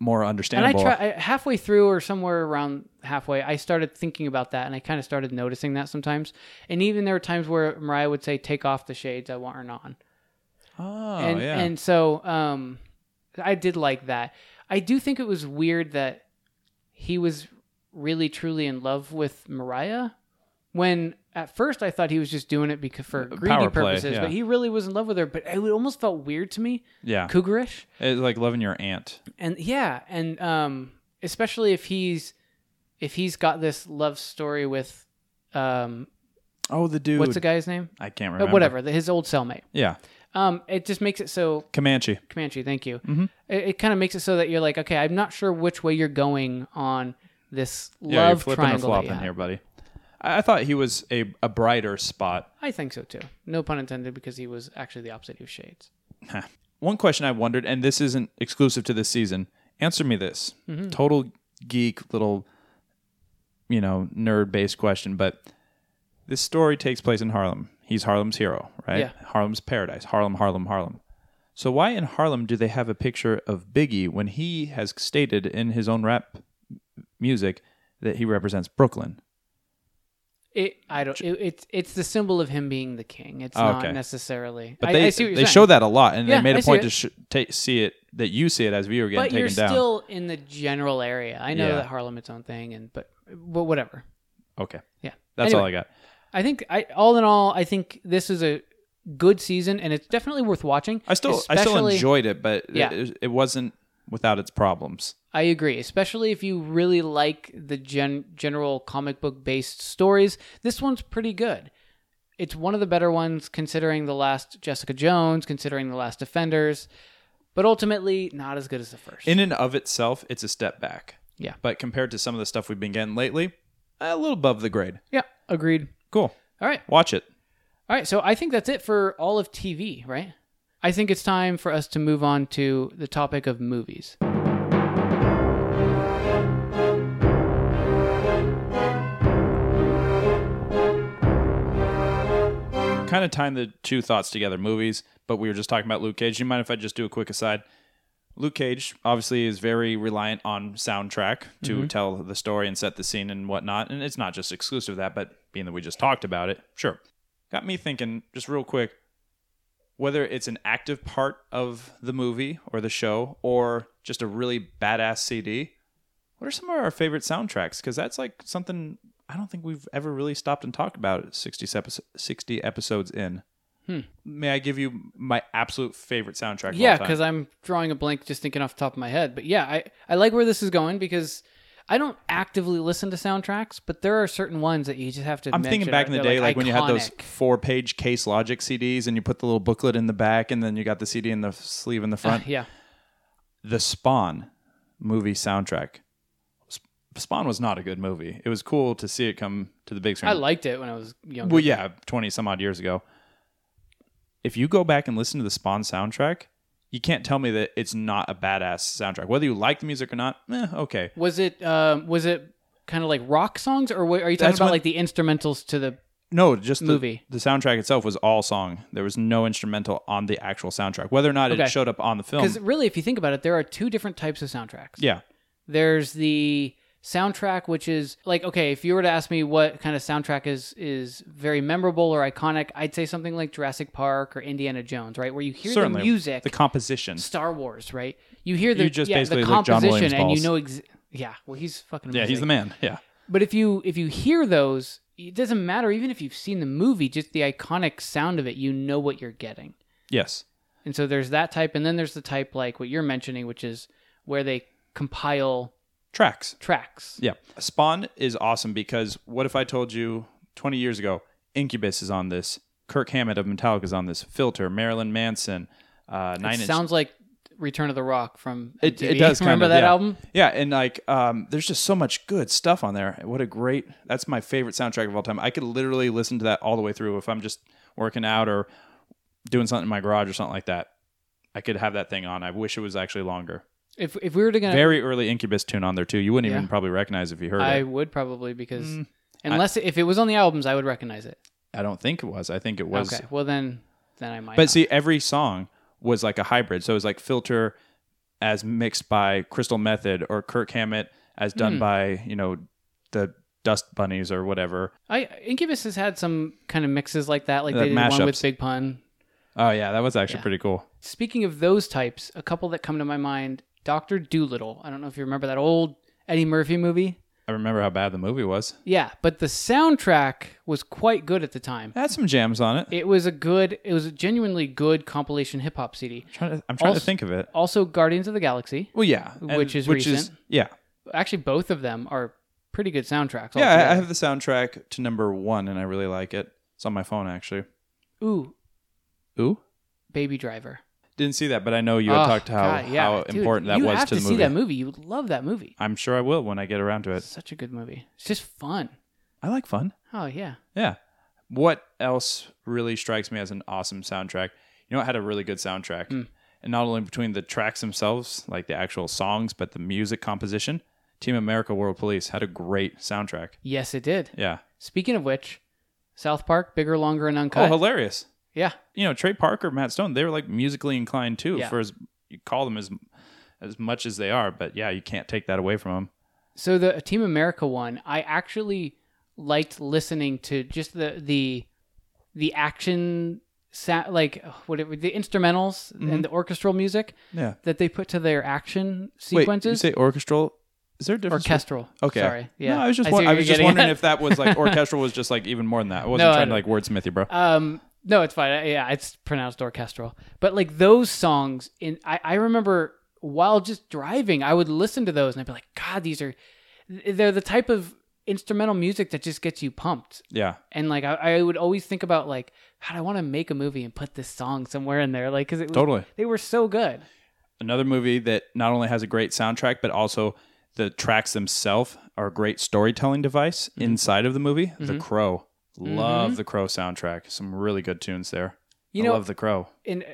Speaker 1: more
Speaker 2: And I
Speaker 1: understandable.
Speaker 2: try I, halfway through or somewhere around halfway, I started thinking about that, and I kind of started noticing that sometimes. And even there were times where Mariah would say, "Take off the shades, I want her on."
Speaker 1: oh
Speaker 2: and
Speaker 1: yeah,
Speaker 2: and so um, I did like that. I do think it was weird that he was really truly in love with Mariah. When at first I thought he was just doing it because for greedy
Speaker 1: Uh, power play,
Speaker 2: purposes,
Speaker 1: yeah.
Speaker 2: but he really was in love with her. But it almost felt weird to me,
Speaker 1: Yeah.
Speaker 2: cougarish,
Speaker 1: It's like loving your aunt.
Speaker 2: and yeah, and um, especially if he's if he's got this love story with um,
Speaker 1: Oh, the dude.
Speaker 2: what's the guy's name?
Speaker 1: I can't
Speaker 2: Uh,
Speaker 1: remember.
Speaker 2: whatever, the, his old cellmate.
Speaker 1: Yeah.
Speaker 2: Um, it just makes it so
Speaker 1: Comanche.
Speaker 2: Comanche, thank you.
Speaker 1: Mm-hmm.
Speaker 2: It, it kind of makes it so that you're like, okay, I'm not sure which way you're going on this
Speaker 1: Yeah,
Speaker 2: love
Speaker 1: you're flipping or
Speaker 2: triangle. that you
Speaker 1: flopping
Speaker 2: have.
Speaker 1: here, buddy. I, I thought he was a, a brighter spot.
Speaker 2: I think so too. No pun intended, because he was actually the opposite of Shades.
Speaker 1: One question I wondered, and this isn't exclusive to this season. Answer me this
Speaker 2: Mm-hmm.
Speaker 1: total geek, little, you know, nerd based question, but this story takes place in Harlem. He's Harlem's hero, right?
Speaker 2: Yeah.
Speaker 1: Harlem's paradise. Harlem, Harlem, Harlem. So why in Harlem do they have a picture of Biggie when he has stated in his own rap music that he represents Brooklyn?
Speaker 2: It, I don't. It, it's it's the symbol of him being the king. It's
Speaker 1: Oh, okay.
Speaker 2: not necessarily.
Speaker 1: But
Speaker 2: I,
Speaker 1: they
Speaker 2: I see what you're
Speaker 1: they
Speaker 2: saying.
Speaker 1: show that a lot, and
Speaker 2: Yeah,
Speaker 1: they made
Speaker 2: I
Speaker 1: a
Speaker 2: see
Speaker 1: point
Speaker 2: it.
Speaker 1: to sh- ta see it that you see it as viewer getting
Speaker 2: but
Speaker 1: taken
Speaker 2: you're
Speaker 1: down.
Speaker 2: still in the general area. I know
Speaker 1: Yeah.
Speaker 2: that Harlem its own thing, and but, but whatever.
Speaker 1: okay,
Speaker 2: Yeah.
Speaker 1: that's
Speaker 2: Anyway.
Speaker 1: all I got.
Speaker 2: I think I all in all, I think this is a good season, and it's definitely worth watching.
Speaker 1: I still I still
Speaker 2: especially-
Speaker 1: enjoyed it, but
Speaker 2: Yeah.
Speaker 1: it, it wasn't without its problems.
Speaker 2: I agree, especially if you really like the gen- general comic book based stories. This one's pretty good. It's one of the better ones considering the last Jessica Jones, considering the last Defenders, but ultimately not as good as the first.
Speaker 1: In and of itself, it's a step back.
Speaker 2: Yeah.
Speaker 1: but compared to some of the stuff we've been getting lately, a little above the grade.
Speaker 2: yeah, agreed.
Speaker 1: Cool,
Speaker 2: All right.
Speaker 1: watch it.
Speaker 2: All right, so I think that's it for all of TV, right? I think it's time for us to move on to the topic of movies.
Speaker 1: Kind of tying the two thoughts together, movies. But we were just talking about Luke Cage. Do you mind if I just do a quick aside? Luke Cage obviously is very reliant on soundtrack to tell the story and set the scene and whatnot. And it's not just exclusive to that, but being that we just talked about it, sure. Got me thinking, just real quick, whether it's an active part of the movie or the show or just a really badass CD, what are some of our favorite soundtracks? Because that's like something I don't think we've ever really stopped and talked about 60, sepis- 60 episodes in. May I give you my absolute favorite soundtrack?
Speaker 2: Yeah,
Speaker 1: because
Speaker 2: because I'm drawing a blank just thinking off the top of my head. But yeah, I, I like where this is going because I don't actively listen to soundtracks, but there are certain ones that you just have to.
Speaker 1: I'm thinking
Speaker 2: mention
Speaker 1: back
Speaker 2: are-
Speaker 1: in the
Speaker 2: they're,
Speaker 1: day, like, when you had those
Speaker 2: iconic.
Speaker 1: four page case logic CDs and you put the little booklet in the back and then you got the CD in the sleeve in the front.
Speaker 2: Uh, Yeah,
Speaker 1: The Spawn movie soundtrack. Sp- Spawn was not a good movie. It was cool to see it come to the big screen.
Speaker 2: I liked it when I was younger.
Speaker 1: well, yeah, 20 some odd years ago. If you go back and listen to the Spawn soundtrack, you can't tell me that it's not a badass soundtrack. Whether you like the music or not, eh, okay.
Speaker 2: Was it um, was it kind of like rock songs, or what, are you talking
Speaker 1: That's
Speaker 2: about
Speaker 1: when-
Speaker 2: like the instrumentals to the?
Speaker 1: No, just the,
Speaker 2: Movie.
Speaker 1: The soundtrack itself was all song. There was no instrumental on the actual soundtrack. Whether or not it
Speaker 2: Okay.
Speaker 1: showed up on the film,
Speaker 2: Because really, if you think about it, there are two different types of soundtracks.
Speaker 1: yeah,
Speaker 2: There's the soundtrack, which is like okay, if you were to ask me what kind of soundtrack is is very memorable or iconic, I'd say something like Jurassic Park or Indiana Jones, right? Where you hear
Speaker 1: certainly
Speaker 2: the music,
Speaker 1: the composition.
Speaker 2: Star Wars, right? You hear the
Speaker 1: You just
Speaker 2: yeah,
Speaker 1: basically
Speaker 2: the
Speaker 1: lick John
Speaker 2: composition,
Speaker 1: Williams'
Speaker 2: and
Speaker 1: balls.
Speaker 2: you know ex- yeah. Well, he's fucking
Speaker 1: Yeah,
Speaker 2: amazing.
Speaker 1: he's the man. Yeah,
Speaker 2: But if you if you hear those, it doesn't matter even if you've seen the movie, just the iconic sound of it, you know what you're getting.
Speaker 1: yes,
Speaker 2: And so there's that type, and then there's the type like what you're mentioning, which is where they compile
Speaker 1: tracks.
Speaker 2: tracks.
Speaker 1: Yeah, Spawn is awesome because what if I told you 20 years ago Incubus is on this, Kirk Hammett of Metallica is on this, Filter, Marilyn Manson, uh, Nine
Speaker 2: it
Speaker 1: Inch
Speaker 2: sounds like Return of the Rock from
Speaker 1: It,
Speaker 2: MTV.
Speaker 1: it does kind
Speaker 2: remember
Speaker 1: of,
Speaker 2: that
Speaker 1: yeah.
Speaker 2: album.
Speaker 1: Yeah, and like um, there's just so much good stuff on there. What a great that's my favorite soundtrack of all time. I could literally listen to that all the way through if I'm just working out or doing something in my garage or something like that. I could have that thing on. I wish it was actually longer.
Speaker 2: If if we were to gonna,
Speaker 1: Very early Incubus tune on there too. You wouldn't
Speaker 2: Yeah.
Speaker 1: even probably recognize if you heard
Speaker 2: I
Speaker 1: it.
Speaker 2: would probably because
Speaker 1: Mm,
Speaker 2: unless if it was on the albums, I would recognize it.
Speaker 1: I don't think it was. I think it was.
Speaker 2: Okay, well then then I might.
Speaker 1: But
Speaker 2: not.
Speaker 1: see, every song was like a hybrid. So it was like Filter as mixed by Crystal Method or Kirk Hammett as done
Speaker 2: Hmm.
Speaker 1: by you know the Dust Bunnies or whatever.
Speaker 2: I Incubus has had some kind of mixes like that, like
Speaker 1: Uh,
Speaker 2: they did one
Speaker 1: mashups.
Speaker 2: with Big Pun.
Speaker 1: Oh yeah, that was actually pretty cool.
Speaker 2: Speaking of those types, a couple that come to my mind: Doctor Doolittle. I don't know if you remember that old Eddie Murphy movie.
Speaker 1: I remember how bad the movie was.
Speaker 2: Yeah, but the soundtrack was quite good at the time.
Speaker 1: It had some jams on it.
Speaker 2: It was a good, it was a genuinely good compilation hip hop CD.
Speaker 1: I'm trying, to, I'm trying
Speaker 2: Also-
Speaker 1: to think of it.
Speaker 2: Also, Guardians of the Galaxy.
Speaker 1: Well, yeah,
Speaker 2: Which is recent.
Speaker 1: yeah,
Speaker 2: Actually, both of them are pretty good soundtracks.
Speaker 1: yeah. I, I
Speaker 2: altogether.
Speaker 1: have the soundtrack to number one, and I really like it. It's on my phone actually.
Speaker 2: Ooh,
Speaker 1: Ooh,
Speaker 2: Baby Driver.
Speaker 1: didn't see that, but I know you had
Speaker 2: Oh,
Speaker 1: talked how
Speaker 2: God, yeah.
Speaker 1: how
Speaker 2: Dude,
Speaker 1: important that
Speaker 2: you
Speaker 1: was
Speaker 2: have
Speaker 1: to the
Speaker 2: see
Speaker 1: movie.
Speaker 2: that movie. You would love that movie.
Speaker 1: I'm sure I will when I get around to it.
Speaker 2: Such a good movie. It's just fun.
Speaker 1: I like fun.
Speaker 2: Oh yeah.
Speaker 1: Yeah. What else really strikes me as an awesome soundtrack? You know, it had a really good soundtrack.
Speaker 2: Hmm.
Speaker 1: And not only between the tracks themselves, like the actual songs, but the music composition. Team America World Police had a great soundtrack.
Speaker 2: Yes, it did.
Speaker 1: Yeah.
Speaker 2: Speaking of which, South Park, bigger, longer, and
Speaker 1: Oh,
Speaker 2: uncut.
Speaker 1: hilarious.
Speaker 2: yeah.
Speaker 1: You know, Trey Parker, Matt Stone, they were like musically inclined too,
Speaker 2: Yeah.
Speaker 1: for as you call them as as much as they are, but yeah, you can't take that away from them.
Speaker 2: So the Team America one, I actually liked listening to just the the the action sa- like whatever the instrumentals
Speaker 1: Mm-hmm.
Speaker 2: and the orchestral music
Speaker 1: Yeah.
Speaker 2: that they put to their action
Speaker 1: Wait, you
Speaker 2: sequences.
Speaker 1: say orchestral? Is there a difference?
Speaker 2: Orchestral.
Speaker 1: Okay.
Speaker 2: Sorry. Yeah.
Speaker 1: No, I was just
Speaker 2: see
Speaker 1: wa-
Speaker 2: what
Speaker 1: I
Speaker 2: you're
Speaker 1: was just
Speaker 2: getting
Speaker 1: wondering
Speaker 2: at.
Speaker 1: if that was like
Speaker 2: <laughs>
Speaker 1: orchestral was just like even more than that. I wasn't
Speaker 2: No, I
Speaker 1: trying to like wordsmith you, bro.
Speaker 2: Um, no, it's fine. Yeah, it's pronounced orchestral. But like those songs, in I, I remember while just driving, I would listen to those and I'd be like, God, these are they're the type of instrumental music that just gets you pumped.
Speaker 1: yeah.
Speaker 2: And like I, I would always think about like, God, I want to make a movie and put this song somewhere in there, like because it was,
Speaker 1: Totally.
Speaker 2: they were so good.
Speaker 1: Another movie that not only has a great soundtrack, but also the tracks themselves are a great storytelling device
Speaker 2: Mm-hmm.
Speaker 1: inside of the movie. The Crow. Love the Crow soundtrack. Some really good tunes there.
Speaker 2: You
Speaker 1: I
Speaker 2: know-
Speaker 1: love the Crow.
Speaker 2: And uh,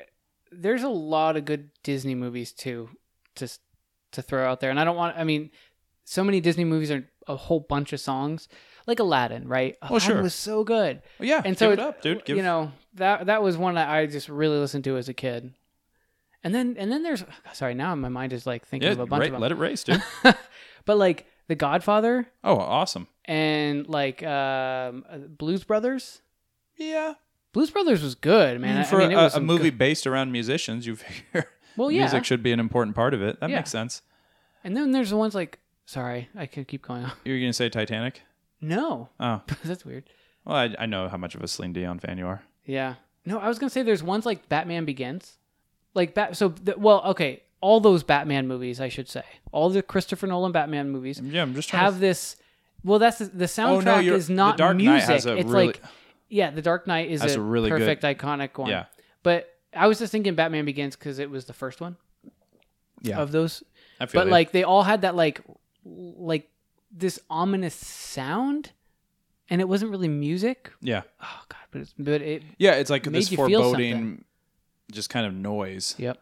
Speaker 2: there's a lot of good Disney movies too, to s- to throw out there. And I don't want. I mean, so many Disney movies are a whole bunch of songs, like Aladdin, right? Aladdin
Speaker 1: Oh, sure.
Speaker 2: was so good.
Speaker 1: Well, yeah,
Speaker 2: And
Speaker 1: and
Speaker 2: so
Speaker 1: give it up, dude. Give,
Speaker 2: you know that that was one that I just really listened to as a kid. And then and then there's <sighs> sorry now my mind is like thinking
Speaker 1: yeah,
Speaker 2: of a bunch
Speaker 1: ra-
Speaker 2: of them.
Speaker 1: let it race,
Speaker 2: <laughs>
Speaker 1: dude.
Speaker 2: but like The Godfather
Speaker 1: oh, awesome.
Speaker 2: and like um, uh, Blues Brothers.
Speaker 1: Yeah,
Speaker 2: Blues Brothers was good, man. I-
Speaker 1: Mm, for
Speaker 2: I mean, it
Speaker 1: a-
Speaker 2: was
Speaker 1: a,
Speaker 2: some
Speaker 1: movie
Speaker 2: good-
Speaker 1: based around musicians, you <laughs> figure
Speaker 2: Well, yeah.
Speaker 1: music should be an important part of it. That
Speaker 2: Yeah.
Speaker 1: makes sense.
Speaker 2: And then there's the ones like sorry, I could keep going on.
Speaker 1: You were gonna say Titanic?
Speaker 2: No,
Speaker 1: Oh,
Speaker 2: <laughs> that's weird.
Speaker 1: well, I, I know how much of a Celine Dion fan you are.
Speaker 2: Yeah. No, I was gonna say there's ones like Batman Begins, like Bat. So the, well, okay, all those Batman movies, I should say, all the Christopher Nolan Batman movies
Speaker 1: Yeah, I'm just trying to
Speaker 2: have this. Well, that's the, the
Speaker 1: Oh, no,
Speaker 2: soundtrack
Speaker 1: you're-
Speaker 2: is not
Speaker 1: The Dark Knight
Speaker 2: music.
Speaker 1: has a
Speaker 2: it's
Speaker 1: really-
Speaker 2: like yeah, The Dark Knight is
Speaker 1: That's
Speaker 2: a,
Speaker 1: a really good-
Speaker 2: perfect iconic one.
Speaker 1: Yeah.
Speaker 2: But I was just thinking Batman Begins because it was the first one
Speaker 1: yeah.
Speaker 2: of those.
Speaker 1: I feel
Speaker 2: But
Speaker 1: you.
Speaker 2: like they all had that like like this ominous sound, and it wasn't really music.
Speaker 1: yeah,
Speaker 2: Oh God, but it's but it.
Speaker 1: yeah, it's like
Speaker 2: Made
Speaker 1: this
Speaker 2: you feel
Speaker 1: foreboding, just kind of noise.
Speaker 2: Yep.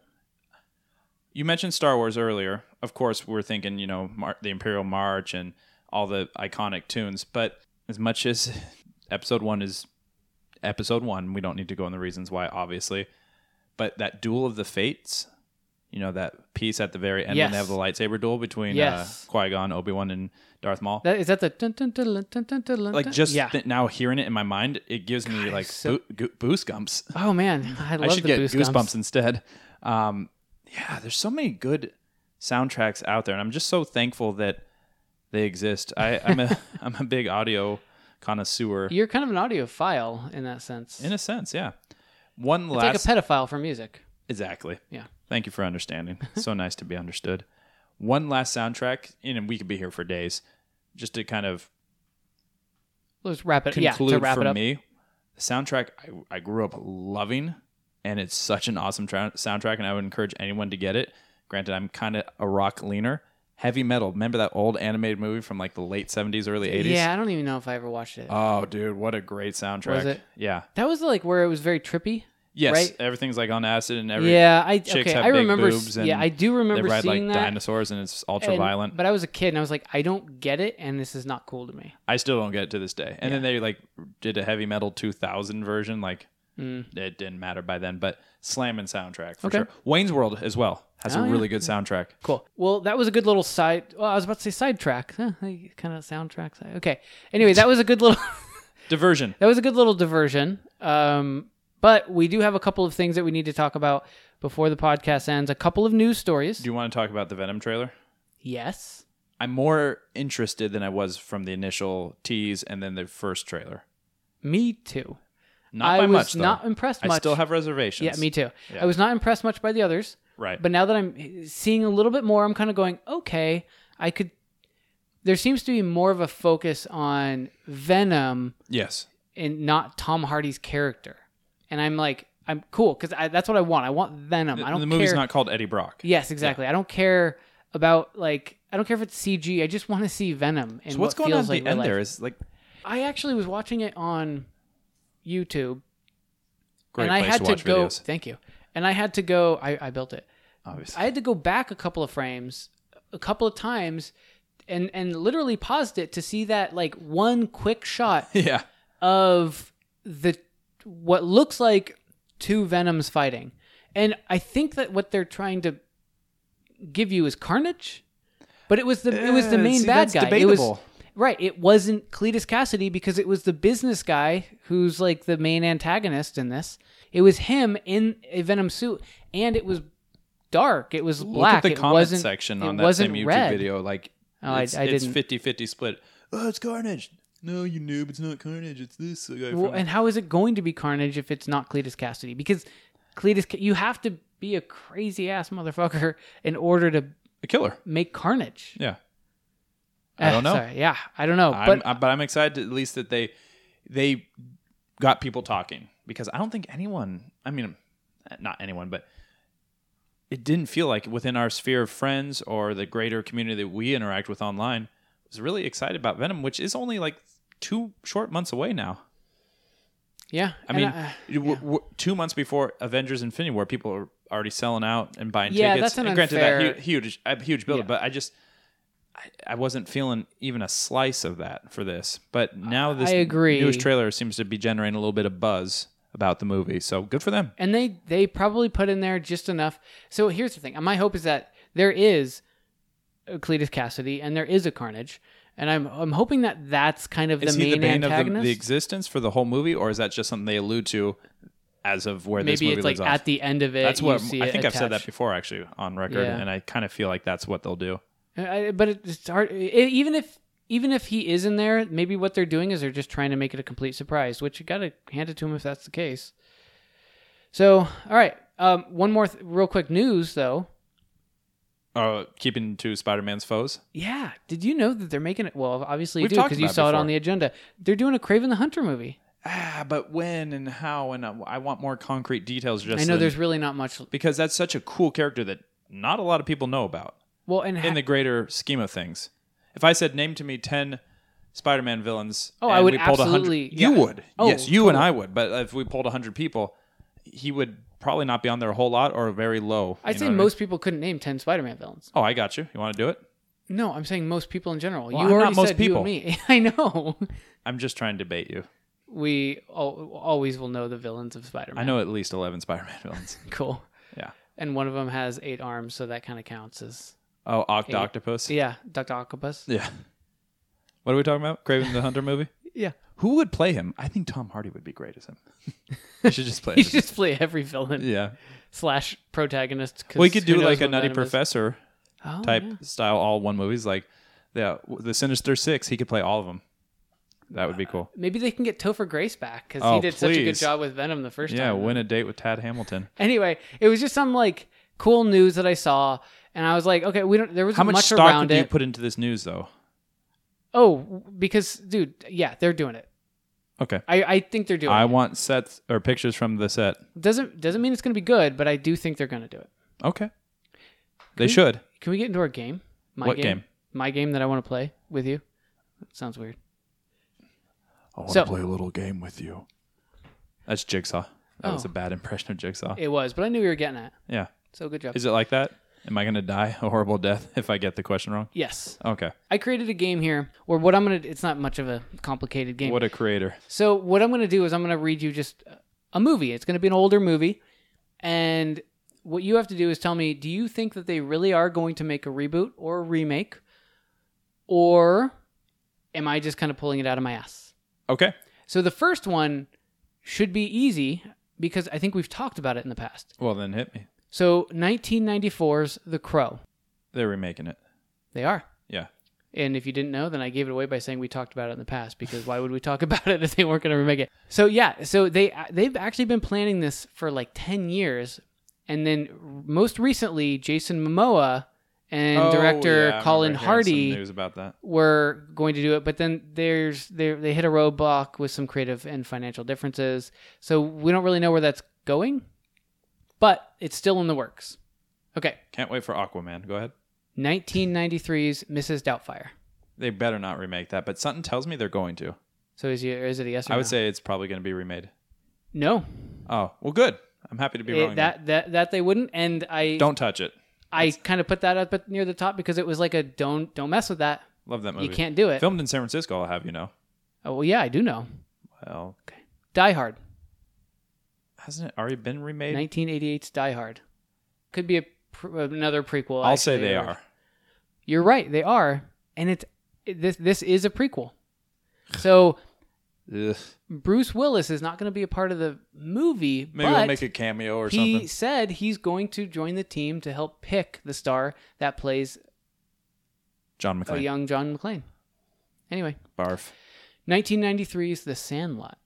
Speaker 1: You mentioned Star Wars earlier. Of course, we're thinking you know Mar- the Imperial March and all the iconic tunes. But as much as Episode One is Episode One, we don't need to go on the reasons why, obviously. But that duel of the fates, you know, that piece at the very end when they have
Speaker 2: Yes.
Speaker 1: the lightsaber duel between
Speaker 2: Yes.
Speaker 1: uh, Qui Gon, Obi Wan, and Darth Maul.
Speaker 2: That is that the dun, dun, dun, dun, dun, dun, dun,
Speaker 1: like
Speaker 2: dun?
Speaker 1: just
Speaker 2: yeah.
Speaker 1: th- now hearing it in my mind, it gives me like
Speaker 2: so-
Speaker 1: boo- goo- goosebumps.
Speaker 2: oh man, I
Speaker 1: I
Speaker 2: love
Speaker 1: should
Speaker 2: the
Speaker 1: get
Speaker 2: goosebumps.
Speaker 1: goosebumps, instead. Um, yeah, there's so many good soundtracks out there, and I'm just so thankful that they exist. I, I'm
Speaker 2: <laughs>
Speaker 1: a I'm a big audio connoisseur
Speaker 2: You're kind of an audiophile in that sense.
Speaker 1: in a sense. Yeah, one
Speaker 2: it's
Speaker 1: last
Speaker 2: like a pedophile for music.
Speaker 1: exactly.
Speaker 2: Yeah.
Speaker 1: Thank you for understanding. so nice to be understood. One last soundtrack, and we could be here for days, just to kind of
Speaker 2: Let's wrap it. Yeah,
Speaker 1: conclude
Speaker 2: to wrap
Speaker 1: for
Speaker 2: it up.
Speaker 1: me, the soundtrack I, I grew up loving, and it's such an awesome tra- soundtrack, and I would encourage anyone to get it. Granted, I'm kind of a rock leaner. Heavy metal. Remember that old animated movie from like the late 70s, early 80s?
Speaker 2: Yeah, I don't even know if I ever watched it.
Speaker 1: Oh, dude, what a great soundtrack.
Speaker 2: Was it?
Speaker 1: Yeah.
Speaker 2: that was like where it was very trippy.
Speaker 1: Yes.
Speaker 2: Right?
Speaker 1: Everything's like on acid and every.
Speaker 2: yeah, I
Speaker 1: chicks
Speaker 2: okay.
Speaker 1: have
Speaker 2: I
Speaker 1: big
Speaker 2: remember. s-
Speaker 1: boobs and
Speaker 2: yeah, I do
Speaker 1: They
Speaker 2: remember
Speaker 1: ride like
Speaker 2: seeing that.
Speaker 1: dinosaurs and it's ultra
Speaker 2: and-
Speaker 1: violent.
Speaker 2: But I was a kid and I was like, I don't get it, and this is not cool to me.
Speaker 1: I still don't get it to this day. And then they like did a heavy metal 2000 version. Like it didn't matter by then, but slamming soundtrack for
Speaker 2: Mm. Okay.
Speaker 1: sure. Wayne's World as well has
Speaker 2: Oh,
Speaker 1: a
Speaker 2: yeah.
Speaker 1: really good soundtrack.
Speaker 2: Cool. Well, that was a good little side. Well, I was about to say sidetrack. <laughs> Huh, kind of soundtrack. Side. Okay. Anyway, that was a good little.
Speaker 1: Diversion.
Speaker 2: that was a good little diversion. Um, but we do have a couple of things that we need to talk about before the podcast ends. A couple of news stories.
Speaker 1: Do you want to talk about the Venom trailer?
Speaker 2: yes.
Speaker 1: I'm more interested than I was from the initial tease and then the first trailer.
Speaker 2: Me too.
Speaker 1: Not
Speaker 2: I
Speaker 1: by
Speaker 2: was
Speaker 1: much, though.
Speaker 2: not impressed
Speaker 1: I
Speaker 2: much.
Speaker 1: still have reservations.
Speaker 2: yeah, me too.
Speaker 1: Yeah.
Speaker 2: I was not impressed much by the others,
Speaker 1: Right.
Speaker 2: but now that I'm seeing a little bit more, I'm kind of going, okay, I could. There seems to be more of a focus on Venom
Speaker 1: yes.
Speaker 2: and not Tom Hardy's character, and I'm like, I'm cool because that's what I want. I want Venom. I don't.
Speaker 1: the movie's
Speaker 2: care.
Speaker 1: not called Eddie Brock.
Speaker 2: Yes, exactly. I don't care about like I don't care if it's CG. I just want to see Venom. And
Speaker 1: So what's
Speaker 2: what
Speaker 1: going on at
Speaker 2: feels like
Speaker 1: the
Speaker 2: real
Speaker 1: end
Speaker 2: life.
Speaker 1: there is like
Speaker 2: I actually was watching it on YouTube,
Speaker 1: great place
Speaker 2: and I had
Speaker 1: to
Speaker 2: to,
Speaker 1: watch
Speaker 2: go.
Speaker 1: videos.
Speaker 2: Thank you. And I had to go. I, I built it.
Speaker 1: Obviously.
Speaker 2: I had to go back a couple of frames, a couple of times, and and literally paused it to see that like one quick shot
Speaker 1: <laughs> yeah.
Speaker 2: of the what looks like two Venoms fighting, and I think that what they're trying to give you is Carnage, but it was the it was the
Speaker 1: Uh,
Speaker 2: main
Speaker 1: see,
Speaker 2: bad
Speaker 1: that's
Speaker 2: guy. It was
Speaker 1: debatable.
Speaker 2: right. It wasn't Cletus Cassidy because it was the business guy who's like the main antagonist in this. It was him in a Venom suit, and it was dark. It was black.
Speaker 1: Look at the
Speaker 2: it
Speaker 1: comment
Speaker 2: wasn't,
Speaker 1: section
Speaker 2: it
Speaker 1: on that
Speaker 2: wasn't
Speaker 1: same YouTube
Speaker 2: red.
Speaker 1: video. Like,
Speaker 2: Oh, I-
Speaker 1: it's,
Speaker 2: I
Speaker 1: it's
Speaker 2: didn't-
Speaker 1: 50-50 split. Oh, it's Carnage. No, you noob. It's not Carnage. It's this guy from...
Speaker 2: Well, and how is it going to be Carnage if it's not Cletus Cassidy? Because Cletus, Ca- you have to be a crazy ass motherfucker <laughs> in order to
Speaker 1: a killer.
Speaker 2: make Carnage.
Speaker 1: Yeah. I
Speaker 2: Eh,
Speaker 1: don't know.
Speaker 2: Sorry. Yeah, I don't know.
Speaker 1: I'm,
Speaker 2: but
Speaker 1: I, but I'm excited at least that they they got people talking because I don't think anyone. I mean, not anyone, but it didn't feel like within our sphere of friends or the greater community that we interact with online was really excited about Venom, which is only like two short months away now.
Speaker 2: yeah,
Speaker 1: I
Speaker 2: and uh,
Speaker 1: mean, it- w- w- two months before Avengers: Infinity War, people are already selling out and buying
Speaker 2: Yeah,
Speaker 1: tickets.
Speaker 2: that's an
Speaker 1: and granted,
Speaker 2: unfair-
Speaker 1: that hu- huge, a huge buildup, but I just, I, I wasn't feeling even a slice of that for this. But now this
Speaker 2: I agree.
Speaker 1: newest trailer seems to be generating a little bit of buzz about the movie, so good for them.
Speaker 2: and they they probably put in there just enough. So here's the thing. My hope is that there is a Cletus Cassidy and there is a Carnage, and I'm I'm hoping that that's kind of
Speaker 1: Is
Speaker 2: the main
Speaker 1: he the bane of the,
Speaker 2: antagonist.
Speaker 1: the existence for the whole movie, or is that just something they allude to as of where this
Speaker 2: Maybe
Speaker 1: movie
Speaker 2: it's like
Speaker 1: lives off?
Speaker 2: at the end of it.
Speaker 1: that's
Speaker 2: you
Speaker 1: what
Speaker 2: see
Speaker 1: I
Speaker 2: it
Speaker 1: think I've said that
Speaker 2: attached.
Speaker 1: before, actually, on record,
Speaker 2: Yeah.
Speaker 1: and I kind of feel like that's what they'll do.
Speaker 2: I, but it's hard. i even if even if he is in there, maybe what they're doing is they're just trying to make it a complete surprise. Which you gotta hand it to him if that's the case. So, all right. Um, one more th- real quick news though.
Speaker 1: Uh, keeping to Spider-Man's foes.
Speaker 2: Yeah, did you know that they're making it? Well, obviously you
Speaker 1: We've
Speaker 2: do
Speaker 1: talked
Speaker 2: because you
Speaker 1: about it
Speaker 2: saw it
Speaker 1: before.
Speaker 2: on the agenda. They're doing a Craven the Hunter movie.
Speaker 1: ah, but when and how and I, I want more concrete details. Just
Speaker 2: I know
Speaker 1: than-
Speaker 2: there's really not much.
Speaker 1: because that's such a cool character that not a lot of people know about
Speaker 2: Well, and ha-
Speaker 1: in the greater scheme of things. If I said name to me ten Spider-Man villains,
Speaker 2: Oh, I
Speaker 1: and
Speaker 2: would
Speaker 1: we pulled 100
Speaker 2: absolutely-
Speaker 1: You
Speaker 2: yeah.
Speaker 1: would,
Speaker 2: Oh,
Speaker 1: yes, you and I would. But if we pulled hundred people, he would probably not be on there a whole lot or very low.
Speaker 2: I'd
Speaker 1: you
Speaker 2: say
Speaker 1: know what I mean?
Speaker 2: most people couldn't name ten Spider-Man villains.
Speaker 1: Oh, I got you. You want to do it?
Speaker 2: No, I'm saying most people in general.
Speaker 1: Well,
Speaker 2: you
Speaker 1: I'm not
Speaker 2: already
Speaker 1: most
Speaker 2: said you and me. <laughs> I know.
Speaker 1: I'm just trying to bait you.
Speaker 2: We al- always will know the villains of Spider-Man.
Speaker 1: I know at least eleven Spider-Man villains.
Speaker 2: Cool.
Speaker 1: Yeah.
Speaker 2: And one of them has eight arms, so that kind of counts as <laughs>
Speaker 1: Oh, Oct- Octopus.
Speaker 2: yeah, Doctor Octopus.
Speaker 1: Yeah. What are we talking about? Craven the Hunter movie?
Speaker 2: Yeah,
Speaker 1: <laughs> Who would play him? I think Tom Hardy would be great as him. I should just <laughs> play.
Speaker 2: <laughs> you
Speaker 1: as him.
Speaker 2: just play every villain
Speaker 1: <laughs> Yeah.
Speaker 2: slash protagonist. 'cause
Speaker 1: We could do
Speaker 2: who knows
Speaker 1: like a
Speaker 2: what
Speaker 1: Nutty
Speaker 2: Venom is.
Speaker 1: Professor
Speaker 2: Oh,
Speaker 1: type
Speaker 2: yeah.
Speaker 1: style, all one movies. Like the the Sinister Six, he could play all of them. That would be cool.
Speaker 2: Maybe they can get Topher Grace back because he
Speaker 1: Oh,
Speaker 2: did such a good
Speaker 1: please.
Speaker 2: job with Venom the first
Speaker 1: Yeah,
Speaker 2: time.
Speaker 1: win a date with Tad Hamilton.
Speaker 2: Anyway, it was just some like cool news that I saw, and I was like, okay, we don't. There was
Speaker 1: How much stock
Speaker 2: around
Speaker 1: would you
Speaker 2: it.
Speaker 1: put into this news, though?
Speaker 2: oh, because dude, yeah, they're doing it.
Speaker 1: Okay,
Speaker 2: I, I think they're doing
Speaker 1: I
Speaker 2: it.
Speaker 1: want sets or pictures from the set.
Speaker 2: Doesn't doesn't mean it's gonna be good, but I do think they're gonna do it.
Speaker 1: Okay, they should.
Speaker 2: Can we get into our game? My
Speaker 1: What game?
Speaker 2: My game that I want to play with you. That sounds weird.
Speaker 1: I want
Speaker 2: So-
Speaker 1: play a little game with you. That's Jigsaw. That was
Speaker 2: Oh.
Speaker 1: a bad impression of Jigsaw.
Speaker 2: It was, but I knew we were getting at.
Speaker 1: yeah.
Speaker 2: So good job.
Speaker 1: Is it like that? Am I going to die a horrible death <laughs> if I get the question wrong?
Speaker 2: yes.
Speaker 1: Okay.
Speaker 2: I created a game here where what I'm going to it's not much of a complicated game.
Speaker 1: What a creator.
Speaker 2: So what I'm going to do is I'm going to read you just a movie. It's going to be an older movie and what you have to do is tell me do you think that they really are going to make a reboot or a remake or am I just kind of pulling it out of my ass?
Speaker 1: Okay.
Speaker 2: So the first one should be easy because I think we've talked about it in the past.
Speaker 1: Well, then hit me.
Speaker 2: So 1994's The Crow.
Speaker 1: They're remaking it.
Speaker 2: They are.
Speaker 1: Yeah.
Speaker 2: And if you didn't know, then I gave it away by saying we talked about it in the past because why would we talk <laughs> about it if they weren't going to remake it? So yeah, so they they've actually been planning this for like 10 years and then most recently Jason Momoa and
Speaker 1: Oh,
Speaker 2: director
Speaker 1: yeah, I
Speaker 2: Colin
Speaker 1: remember hearing some
Speaker 2: Hardy
Speaker 1: news about that.
Speaker 2: were going to do it, but then there's they they hit a roadblock with some creative and financial differences. So we don't really know where that's going, but it's still in the works. Okay,
Speaker 1: Can't wait for Aquaman. Go ahead.
Speaker 2: 1993's Mrs. Doubtfire.
Speaker 1: They better not remake that, but something tells me they're going to.
Speaker 2: So is you, is it a yes or
Speaker 1: I would
Speaker 2: no?
Speaker 1: say it's probably going to be remade.
Speaker 2: no.
Speaker 1: Oh, well, good. I'm happy to be
Speaker 2: It-
Speaker 1: wrong. then.
Speaker 2: that that that they wouldn't, and I
Speaker 1: Don't touch it.
Speaker 2: I kind of put that up at near the top because it was like a don't don't mess with that.
Speaker 1: Love that movie.
Speaker 2: You can't do it.
Speaker 1: Filmed in San Francisco, I'll have you know.
Speaker 2: Oh well, yeah, I do know.
Speaker 1: Well,
Speaker 2: Die Hard,
Speaker 1: hasn't it already been remade?
Speaker 2: 1988's Die Hard, could be a pr- another prequel.
Speaker 1: I'll say
Speaker 2: actually,
Speaker 1: they
Speaker 2: or-
Speaker 1: are.
Speaker 2: You're right, they are, and it's it- this this is a prequel. So
Speaker 1: Ugh.
Speaker 2: Bruce Willis is not going to be a part of the movie,
Speaker 1: Maybe
Speaker 2: but
Speaker 1: we'll make a cameo or
Speaker 2: he
Speaker 1: something.
Speaker 2: said he's going to join the team to help pick the star that plays
Speaker 1: John
Speaker 2: a
Speaker 1: McClane.
Speaker 2: young John McClane. Anyway,
Speaker 1: Barf.
Speaker 2: 1993's The Sandlot.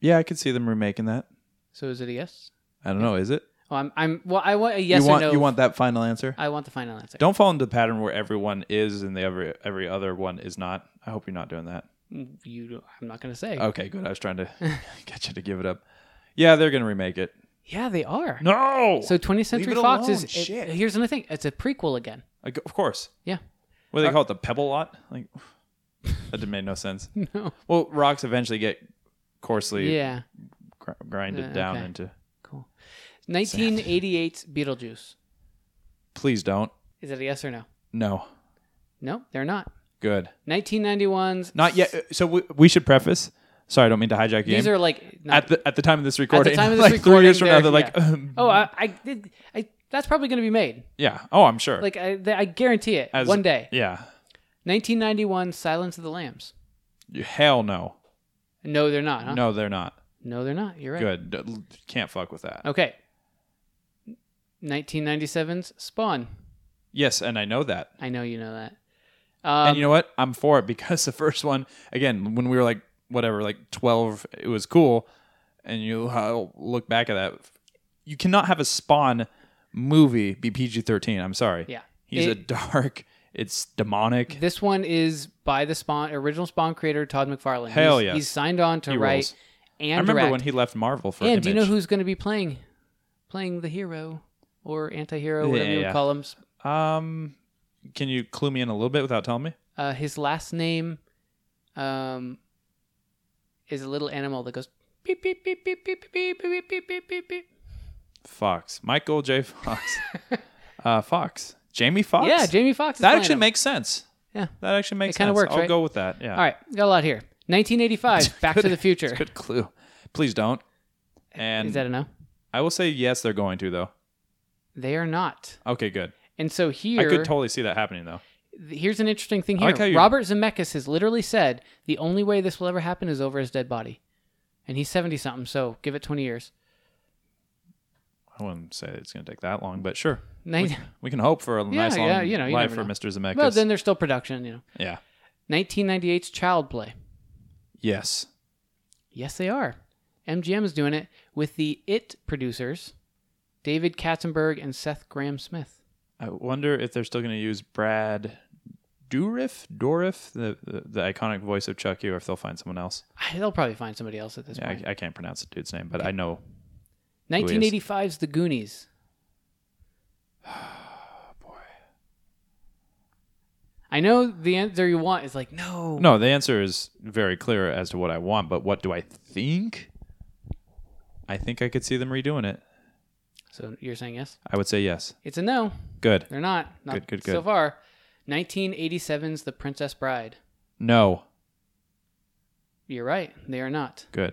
Speaker 1: Yeah, I could see them remaking that.
Speaker 2: So is it a yes?
Speaker 1: I don't know. Is it?
Speaker 2: Oh, I'm I'm well. I want a yes
Speaker 1: you want
Speaker 2: or no.
Speaker 1: you want that final answer?
Speaker 2: I want the final answer.
Speaker 1: Don't fall into the pattern where everyone is and the every every other one is not. I hope you're not doing that.
Speaker 2: You, I'm not going to say.
Speaker 1: Okay, good. I was
Speaker 2: <laughs>
Speaker 1: trying to get you to give it up. Yeah, they're gonna remake it.
Speaker 2: yeah, they are.
Speaker 1: No.
Speaker 2: So 20th Century
Speaker 1: Leave it
Speaker 2: Fox
Speaker 1: alone,
Speaker 2: is.
Speaker 1: shit.
Speaker 2: It, here's another thing. It's a prequel again.
Speaker 1: Like, of course.
Speaker 2: Yeah.
Speaker 1: What
Speaker 2: Uh,
Speaker 1: do they call it? The pebble lot? Like <sighs> that did made no sense.
Speaker 2: <laughs> No.
Speaker 1: Well, rocks eventually get coarsely
Speaker 2: Yeah.
Speaker 1: gr- grinded
Speaker 2: Uh,
Speaker 1: down
Speaker 2: okay.
Speaker 1: into.
Speaker 2: 1988's Beetlejuice.
Speaker 1: Please don't.
Speaker 2: Is it a yes or no?
Speaker 1: No.
Speaker 2: No, they're not.
Speaker 1: Good.
Speaker 2: 1991's.
Speaker 1: Not yet. Uh, So we, we should preface. Sorry, I don't mean to hijack you.
Speaker 2: These are like. Not,
Speaker 1: at the at the time of this recording. <laughs>
Speaker 2: time of this
Speaker 1: like three years
Speaker 2: recording,
Speaker 1: from now,
Speaker 2: they're-
Speaker 1: they're like, <laughs>
Speaker 2: yeah.
Speaker 1: um,
Speaker 2: oh, I, I did. I that's probably going to be made.
Speaker 1: yeah. Oh, I'm sure.
Speaker 2: Like I, I guarantee it.
Speaker 1: As-
Speaker 2: one day.
Speaker 1: yeah.
Speaker 2: 1991 Silence of the Lambs.
Speaker 1: You- Hell no.
Speaker 2: No, they're not. Huh?
Speaker 1: No, they're not.
Speaker 2: No, they're not. You're right.
Speaker 1: Good. D- l- Can't fuck with that.
Speaker 2: Okay. 1997's Spawn.
Speaker 1: Yes, and I know that.
Speaker 2: I know you know that. Um,
Speaker 1: and you know what? I'm for it <laughs> because the first one, again, when we were like whatever, like 12, it was cool. And you uh, look back at that, you cannot have a Spawn movie be PG-13. I'm sorry.
Speaker 2: Yeah.
Speaker 1: He's a
Speaker 2: It-
Speaker 1: dark. It's demonic.
Speaker 2: This one is by the Spawn original Spawn creator Todd McFarlane.
Speaker 1: Hell
Speaker 2: he's,
Speaker 1: yeah.
Speaker 2: He's signed on to
Speaker 1: He
Speaker 2: write
Speaker 1: rules.
Speaker 2: and
Speaker 1: I remember
Speaker 2: direct.
Speaker 1: when he left Marvel for
Speaker 2: and
Speaker 1: Image.
Speaker 2: do you know who's going to be playing playing the hero or anti-hero, whatever
Speaker 1: Yeah,
Speaker 2: you
Speaker 1: yeah.
Speaker 2: would call him?
Speaker 1: Um, can you clue me in a little bit without telling me?
Speaker 2: Uh, his last name um, is a little animal that goes beep beep beep beep beep beep beep beep beep beep beep beep.
Speaker 1: Fox, Michael J.
Speaker 2: <laughs>
Speaker 1: Fox, uh, Fox, Jamie Fox.
Speaker 2: Yeah, Jamie Fox.
Speaker 1: that actually makes sense.
Speaker 2: Yeah.
Speaker 1: that actually makes
Speaker 2: It kinda
Speaker 1: sense.
Speaker 2: works,
Speaker 1: I'll
Speaker 2: right?
Speaker 1: go with that. Yeah.
Speaker 2: All right, got a lot here.
Speaker 1: <laughs>
Speaker 2: 1985, Back to the Future.
Speaker 1: Good clue. Please don't. And
Speaker 2: Is that a no?
Speaker 1: I will say yes, they're going to though.
Speaker 2: They are not.
Speaker 1: Okay, good.
Speaker 2: And so here,
Speaker 1: I could totally see that happening though.
Speaker 2: here's an interesting thing
Speaker 1: I
Speaker 2: here.
Speaker 1: like how you-
Speaker 2: Robert Zemeckis has literally said the only way this will ever happen is over his dead body, and he's seventy something. So give it twenty years.
Speaker 1: I wouldn't say it's going to take that long, but sure,
Speaker 2: Nin-
Speaker 1: we can hope for a nice long
Speaker 2: yeah, you know, you
Speaker 1: life for
Speaker 2: never know.
Speaker 1: Mr. Zemeckis.
Speaker 2: well, then there's still production. You know,
Speaker 1: yeah.
Speaker 2: 1998's Child Play.
Speaker 1: Yes.
Speaker 2: Yes, they are. MGM is doing it with the It producers, David Katzenberg and Seth Graham Smith. <sighs>
Speaker 1: I wonder if they're still going to use Brad Dourif, Dourif, the, the the iconic voice of Chucky, or if they'll find someone else.
Speaker 2: I- They'll probably find somebody else at this
Speaker 1: Yeah,
Speaker 2: point.
Speaker 1: I, I can't pronounce the dude's name, but I know
Speaker 2: 1985's
Speaker 1: <sighs>
Speaker 2: The Goonies. <sighs> I know the answer you want is like no.
Speaker 1: No, the answer is very clear as to what I want, but what do I think? I think I could see them redoing it.
Speaker 2: So you're saying yes?
Speaker 1: I would say yes.
Speaker 2: It's a no.
Speaker 1: Good.
Speaker 2: They're not. Not
Speaker 1: Good, good,
Speaker 2: so
Speaker 1: good.
Speaker 2: far. 1987's The Princess Bride.
Speaker 1: No.
Speaker 2: You're right. They are not.
Speaker 1: Good.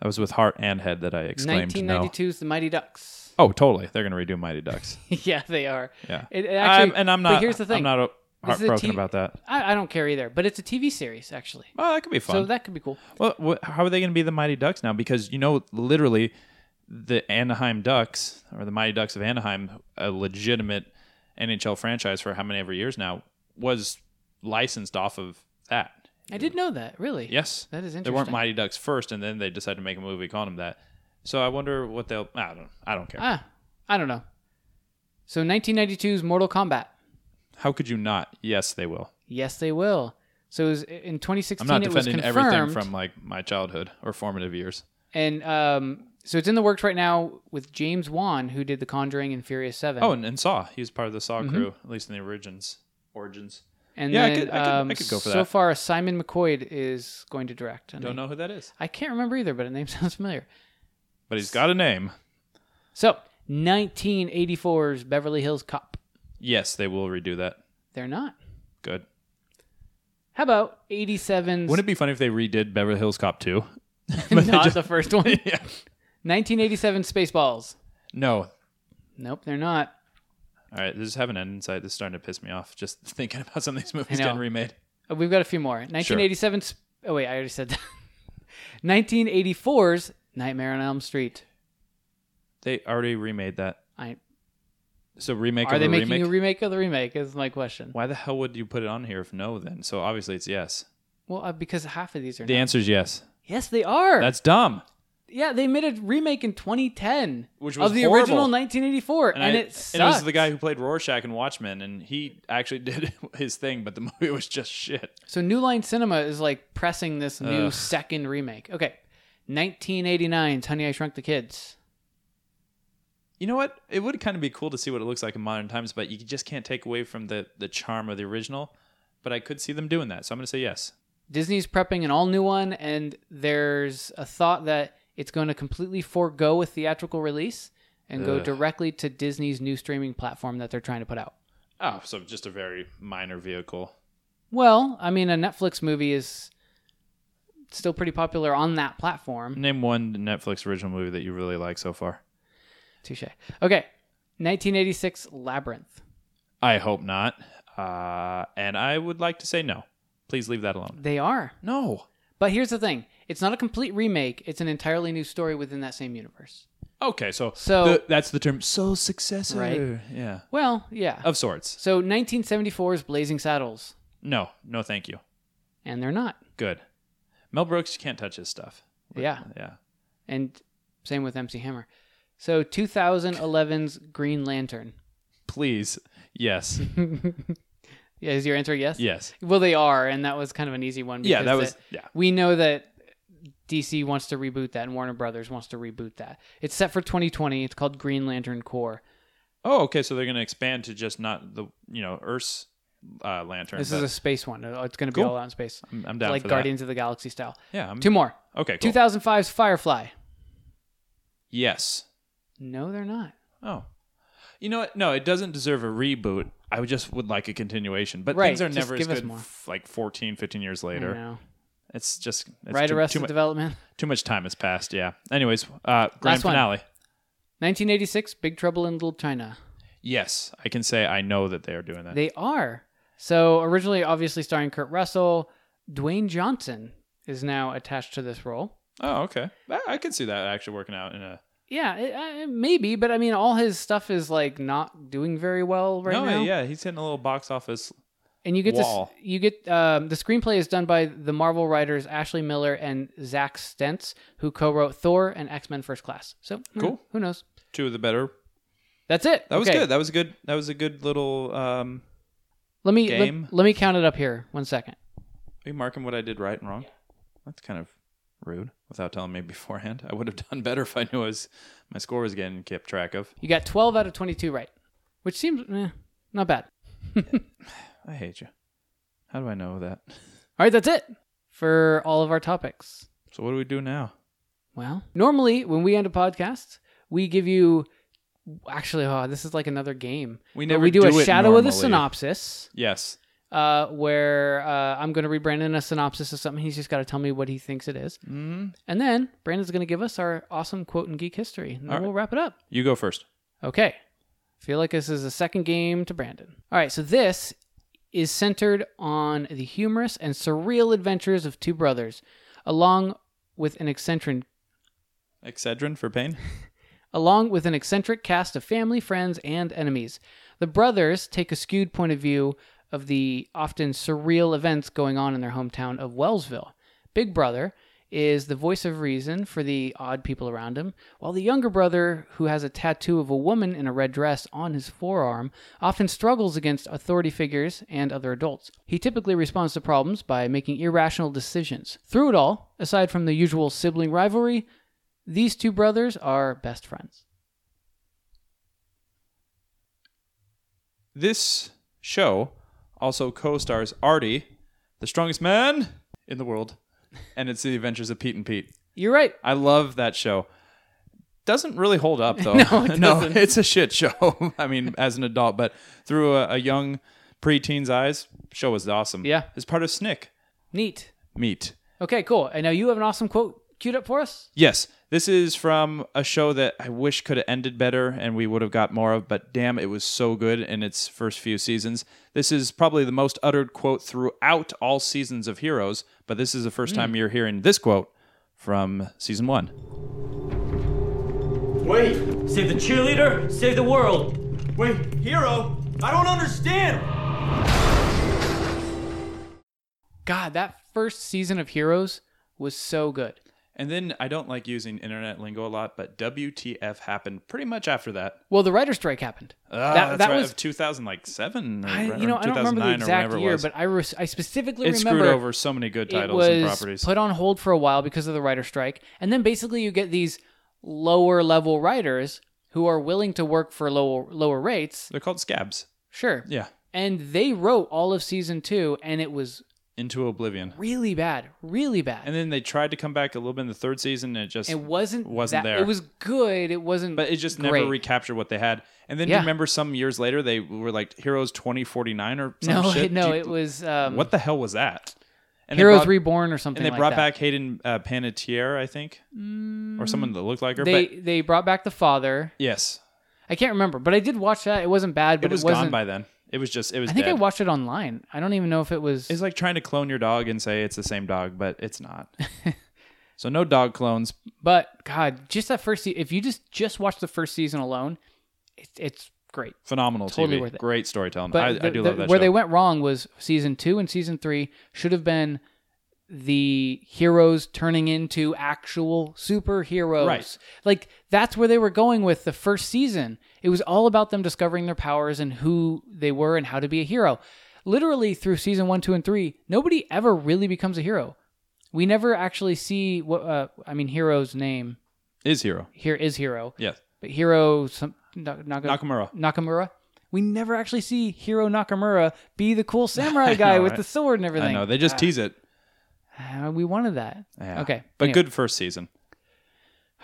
Speaker 1: That was with heart and head that I exclaimed no.
Speaker 2: 1992's The Mighty Ducks. <laughs>
Speaker 1: Oh, totally. They're going to redo Mighty Ducks.
Speaker 2: yeah, they are.
Speaker 1: Yeah.
Speaker 2: It, it actually,
Speaker 1: I'm, and I'm
Speaker 2: but
Speaker 1: not.
Speaker 2: here's the thing.
Speaker 1: I'm not uh,
Speaker 2: This is a
Speaker 1: heartbroken
Speaker 2: T-
Speaker 1: about that.
Speaker 2: I, I don't care either, but it's a TV series actually,
Speaker 1: Well, that could be fun.
Speaker 2: so that could be cool.
Speaker 1: Well, wh- how are they going to be the Mighty Ducks now? Because you know, literally, the Anaheim Ducks or the Mighty Ducks of Anaheim, a legitimate NHL franchise for how many ever years now was licensed off of that.
Speaker 2: I did know that. Really?
Speaker 1: Yes.
Speaker 2: That is
Speaker 1: They
Speaker 2: interesting.
Speaker 1: weren't Mighty Ducks first, and then they decided to make a movie calling them that. So I wonder what they'll. I don't. I don't care.
Speaker 2: Ah, I don't know. So 1992's Mortal Kombat.
Speaker 1: How could you not? Yes, they will.
Speaker 2: Yes, they will. So it was, in 2016,
Speaker 1: I'm not
Speaker 2: it was
Speaker 1: defending
Speaker 2: confirmed.
Speaker 1: everything from like my childhood or formative years.
Speaker 2: And um, so it's in the works right now with James Wan, who did The Conjuring and Furious Seven.
Speaker 1: Oh, and, and Saw. He was part of the
Speaker 2: Mm-hmm.
Speaker 1: Saw crew, at least in the origins. Origins.
Speaker 2: and
Speaker 1: yeah, I
Speaker 2: then,
Speaker 1: could- I could- I
Speaker 2: um,
Speaker 1: could go for
Speaker 2: so
Speaker 1: that.
Speaker 2: far, Simon McCoy is going to direct. And
Speaker 1: Don't
Speaker 2: I,
Speaker 1: know who that is,
Speaker 2: I can't remember either, but a name <laughs> sounds familiar.
Speaker 1: but he's got a name.
Speaker 2: So 1984's Beverly Hills Cop.
Speaker 1: Yes, they will redo that.
Speaker 2: They're not.
Speaker 1: Good.
Speaker 2: How about 87's?
Speaker 1: Wouldn't it be funny if they redid Beverly Hills Cop <laughs> 2?
Speaker 2: <laughs>
Speaker 1: <laughs>
Speaker 2: not the first one. 1987 Spaceballs.
Speaker 1: No. All
Speaker 2: Nope, they're not.
Speaker 1: right, this is having an insight. This is starting to piss me off just <laughs> thinking about some of these movies
Speaker 2: know.
Speaker 1: getting remade.
Speaker 2: Uh, We've got a few more. 1987. Sp- oh wait, I already said that. <laughs> 1984's Nightmare on Elm Street.
Speaker 1: They already remade that.
Speaker 2: I,
Speaker 1: So remake
Speaker 2: are
Speaker 1: of
Speaker 2: they
Speaker 1: a
Speaker 2: making
Speaker 1: remake?
Speaker 2: a remake of the remake? Is my question.
Speaker 1: Why the hell would you put it on here if no then? So obviously it's yes.
Speaker 2: Well, uh, because half of these are.
Speaker 1: The
Speaker 2: not.
Speaker 1: answer is yes.
Speaker 2: Yes, they are.
Speaker 1: That's dumb.
Speaker 2: yeah, they made a remake in 2010,
Speaker 1: Which was
Speaker 2: of the
Speaker 1: horrible.
Speaker 2: original 1984, and,
Speaker 1: I-
Speaker 2: it sucked.
Speaker 1: and it was the guy who played Rorschach in Watchmen, and he actually <laughs> did his thing, but the movie was just shit.
Speaker 2: So New Line Cinema is like pressing this new
Speaker 1: Ugh.
Speaker 2: second remake. Okay, 1989's Honey I Shrunk the Kids.
Speaker 1: You know what? It would kind of be cool to see what it looks like in modern times, but you just can't take away from the the charm of the original. But I could see them doing that, so I'm going to say yes.
Speaker 2: Disney's prepping an all new one, and there's a thought that it's going to completely forego a theatrical release and go
Speaker 1: Ugh.
Speaker 2: directly to Disney's new streaming platform that they're trying to put out.
Speaker 1: Oh, so just a very minor vehicle.
Speaker 2: Well, I mean, a Netflix movie is still pretty popular on that platform.
Speaker 1: Name one Netflix original movie that you really like so far.
Speaker 2: Touche. Okay, 1986 Labyrinth.
Speaker 1: I hope not. Uh, and I would like to say no. Please leave that alone.
Speaker 2: They are.
Speaker 1: No.
Speaker 2: But here's the thing it's not a complete remake, it's an entirely new story within that same universe.
Speaker 1: Okay, so
Speaker 2: So-
Speaker 1: the- that's the term. So successor,
Speaker 2: Right.
Speaker 1: Yeah,
Speaker 2: Well, yeah.
Speaker 1: of sorts.
Speaker 2: So 1974's Blazing Saddles,
Speaker 1: No, no, thank you.
Speaker 2: and they're not.
Speaker 1: Good. Mel Brooks, you can't touch his stuff.
Speaker 2: Yeah.
Speaker 1: Yeah.
Speaker 2: and same with MC Hammer. So 2011's Green Lantern.
Speaker 1: Please. Yes.
Speaker 2: Yeah, Is your answer yes?
Speaker 1: yes.
Speaker 2: Well, they are, and that was kind of an easy one.
Speaker 1: Yeah,
Speaker 2: because
Speaker 1: that was.
Speaker 2: the-
Speaker 1: Yeah.
Speaker 2: we know that DC wants to reboot that, and Warner Brothers wants to reboot that. It's set for 2020. It's called Green Lantern Core.
Speaker 1: Oh, okay. So they're going to expand to just not the you know Earth's uh, lantern.
Speaker 2: This
Speaker 1: but
Speaker 2: is a space one. Oh, It's going to be
Speaker 1: Cool.
Speaker 2: all out in space,
Speaker 1: I'm, I'm down
Speaker 2: like
Speaker 1: for
Speaker 2: Guardians of the Galaxy style.
Speaker 1: that. Yeah. I'm,
Speaker 2: Two more.
Speaker 1: okay. Cool.
Speaker 2: 2005's Firefly.
Speaker 1: Yes.
Speaker 2: No, they're not.
Speaker 1: Oh. You know what? No, it doesn't deserve a reboot. I would just would like a continuation. But
Speaker 2: Right,
Speaker 1: things are
Speaker 2: just
Speaker 1: never as
Speaker 2: give us
Speaker 1: good
Speaker 2: more.
Speaker 1: f- like 14, 15 years
Speaker 2: I
Speaker 1: later.
Speaker 2: know.
Speaker 1: It's just it's
Speaker 2: Right,
Speaker 1: too,
Speaker 2: Arrested
Speaker 1: too, mu-
Speaker 2: Development.
Speaker 1: too much time has passed. Yeah. Anyways, uh, grand
Speaker 2: Last one.
Speaker 1: finale.
Speaker 2: 1986, Big Trouble in Little China.
Speaker 1: Yes, I can say I know that they are doing that.
Speaker 2: They are. So originally, obviously starring Kurt Russell, Dwayne Johnson is now attached to this role.
Speaker 1: oh, okay. I, I can see that actually working out in a.
Speaker 2: Yeah, it, uh, maybe, but I mean, all his stuff is like not doing very well right
Speaker 1: no,
Speaker 2: now.
Speaker 1: yeah, he's hitting a little box office.
Speaker 2: and you get this.
Speaker 1: Wall.
Speaker 2: You get um, the screenplay is done by the Marvel writers Ashley Miller and Zach Stentz, who co-wrote Thor and X Men First Class. So you know,
Speaker 1: Cool.
Speaker 2: Who knows?
Speaker 1: Two of the better.
Speaker 2: That's it.
Speaker 1: That was
Speaker 2: Okay.
Speaker 1: good. That was a good. That was a good little. Um,
Speaker 2: Let me let,
Speaker 1: Game.
Speaker 2: let me count it up here. One second.
Speaker 1: are you marking what I did right and wrong? That's kind of rude without telling me <laughs> beforehand. I would have done better if I knew I was my score was getting kept track of.
Speaker 2: You got twelve out of twenty-two right, which seems eh, not bad.
Speaker 1: I hate you. How do I know that?
Speaker 2: All right, that's it for all of our topics.
Speaker 1: So what do we do now?
Speaker 2: Well, normally when we end a podcast, we give you actually, oh, this is like another game.
Speaker 1: We
Speaker 2: But
Speaker 1: never
Speaker 2: we do,
Speaker 1: do
Speaker 2: a
Speaker 1: it
Speaker 2: shadow of the
Speaker 1: normally.
Speaker 2: synopsis,
Speaker 1: Yes.
Speaker 2: uh, where uh, I'm going to read Brandon a synopsis of something. He's just got to tell me what he thinks it is.
Speaker 1: Mm.
Speaker 2: and then Brandon's going to give us our awesome quote in geek history, and then
Speaker 1: All right.
Speaker 2: we'll wrap it up.
Speaker 1: You go first.
Speaker 2: Okay. Feel like this is a second game to Brandon. All right, so this is centered on the humorous and surreal adventures of two brothers, along with an eccentric
Speaker 1: Excedrin for pain.
Speaker 2: along with an eccentric cast of family, friends, and enemies. The brothers take a skewed point of view of the often surreal events going on in their hometown of Wellsville. Big brother is the voice of reason for the odd people around him, while the younger brother, who has a tattoo of a woman in a red dress on his forearm, often struggles against authority figures and other adults. He typically responds to problems by making irrational decisions. Through it all, aside from the usual sibling rivalry, these two brothers are best friends.
Speaker 1: This show also co-stars Artie, the strongest man in the world, and it's the Adventures of Pete and Pete.
Speaker 2: You're right.
Speaker 1: I love that show. Doesn't really hold
Speaker 2: <laughs>
Speaker 1: up though. <laughs>
Speaker 2: No, it doesn't.
Speaker 1: it's a shit show. <laughs> I mean, as an adult, but through a, a young preteen's eyes, show is awesome.
Speaker 2: Yeah.
Speaker 1: it's part of Snick
Speaker 2: Neat.
Speaker 1: Meat.
Speaker 2: Okay, cool. And now you have an awesome quote queued up for us?
Speaker 1: Yes, this is from a show that I wish could have ended better and we would have got more of, but damn, it was so good in its first few seasons. This is probably the most uttered quote throughout all seasons of Heroes, but this is the first
Speaker 2: Hmm.
Speaker 1: time you're hearing this quote from season one.
Speaker 3: Wait,
Speaker 4: Save the cheerleader, save the world.
Speaker 3: wait, hero, I don't understand.
Speaker 2: God, that first season of Heroes was so good.
Speaker 1: And then I don't like using internet lingo a lot, but WTF happened pretty much after that.
Speaker 2: Well, the writer strike happened.
Speaker 1: Ah,
Speaker 2: that
Speaker 1: that's
Speaker 2: that
Speaker 1: right,
Speaker 2: was
Speaker 1: of 2007 or,
Speaker 2: I,
Speaker 1: or
Speaker 2: you know I don't remember
Speaker 1: 2009
Speaker 2: the
Speaker 1: or
Speaker 2: exact
Speaker 1: whatever it
Speaker 2: year,
Speaker 1: was.
Speaker 2: but I res- I specifically
Speaker 1: it
Speaker 2: remember
Speaker 1: screwed over so many good
Speaker 2: it
Speaker 1: titles and
Speaker 2: was
Speaker 1: properties.
Speaker 2: put on hold for a while because of the writer strike, and then basically you get these lower level writers who are willing to work for lower lower rates.
Speaker 1: They're called scabs.
Speaker 2: Sure,
Speaker 1: Yeah,
Speaker 2: and they wrote all of season two, and it was
Speaker 1: into oblivion.
Speaker 2: really bad, really bad.
Speaker 1: And then they tried to come back a little bit in the third season, and it just
Speaker 2: it wasn't
Speaker 1: wasn't
Speaker 2: that-
Speaker 1: there.
Speaker 2: It was good. It wasn't.
Speaker 1: but it just
Speaker 2: great.
Speaker 1: never recaptured what they had. And then
Speaker 2: Yeah.
Speaker 1: remember, some years later, they were like Heroes twenty forty nine or some
Speaker 2: <laughs> No, <laughs>
Speaker 1: shit.
Speaker 2: it,
Speaker 1: Do
Speaker 2: no,
Speaker 1: you-
Speaker 2: it was um,
Speaker 1: what the hell was that? And they
Speaker 2: Heroes
Speaker 1: brought-
Speaker 2: Reborn or something.
Speaker 1: And they
Speaker 2: like
Speaker 1: brought
Speaker 2: that. Mm.
Speaker 1: back Hayden uh, Panettiere, I think, or someone that looked like her.
Speaker 2: They
Speaker 1: but
Speaker 2: they brought back the father.
Speaker 1: yes,
Speaker 2: I can't remember, but I did watch that. It wasn't bad,
Speaker 1: it
Speaker 2: but it,
Speaker 1: was
Speaker 2: wasn't.
Speaker 1: gone by then. It was just it was.
Speaker 2: I think I
Speaker 1: dead.
Speaker 2: watched it online. I don't even know if it was.
Speaker 1: It's like trying to clone your dog and say it's the same dog, but it's
Speaker 2: <laughs>
Speaker 1: not. so no dog clones.
Speaker 2: But God, just that first season. If you just just watch the first season alone, it, it's great.
Speaker 1: Phenomenal
Speaker 2: Totally
Speaker 1: TV.
Speaker 2: worth it.
Speaker 1: Great storytelling.
Speaker 2: But
Speaker 1: I,
Speaker 2: the-
Speaker 1: I do
Speaker 2: the-
Speaker 1: love that
Speaker 2: where
Speaker 1: show.
Speaker 2: they went wrong was season two and season three should have been the heroes turning into actual superheroes.
Speaker 1: Right.
Speaker 2: Like that's where they were going with the first season. It was all about them discovering their powers and who they were and how to be a hero. Literally through season one, two, and three, nobody ever really becomes a hero. We never actually see what uh, I mean. Hero's name
Speaker 1: Is Hero.
Speaker 2: here is hero, <laughs>
Speaker 1: Yes.
Speaker 2: but hero some, Nak- Naka-
Speaker 1: Nakamura.
Speaker 2: Nakamura. We never actually see Hero Nakamura be
Speaker 1: <laughs>
Speaker 2: the cool samurai guy
Speaker 1: know,
Speaker 2: with
Speaker 1: right?
Speaker 2: the sword and everything.
Speaker 1: I know. They just tease it.
Speaker 2: Uh, we wanted that.
Speaker 1: Yeah.
Speaker 2: Okay.
Speaker 1: But
Speaker 2: anyway.
Speaker 1: good first season.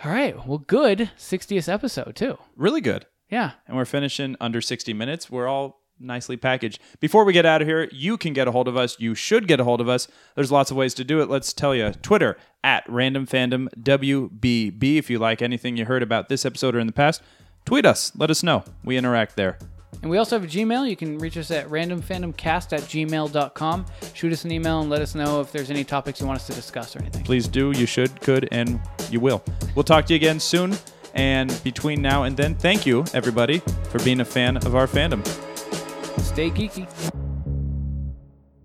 Speaker 2: All right. Well, good 60th episode, too.
Speaker 1: Really good.
Speaker 2: Yeah.
Speaker 1: and we're finishing under 60 minutes. We're all nicely packaged. Before we get out of here, you can get a hold of us. You should get a hold of us. There's lots of ways to do it. Let's tell you Twitter at random fandom WBB. If you like anything you heard about this episode or in the past, tweet us. Let us know. We interact there.
Speaker 2: And we also have a Gmail. You can reach us at randomfandomcast at gmail.com. Shoot us an email and let us know if there's any topics you want us to discuss or anything.
Speaker 1: Please do. You should, could, and you will. We'll talk to you again soon. And between now and then, thank you, everybody, for being a fan of our fandom.
Speaker 2: Stay geeky.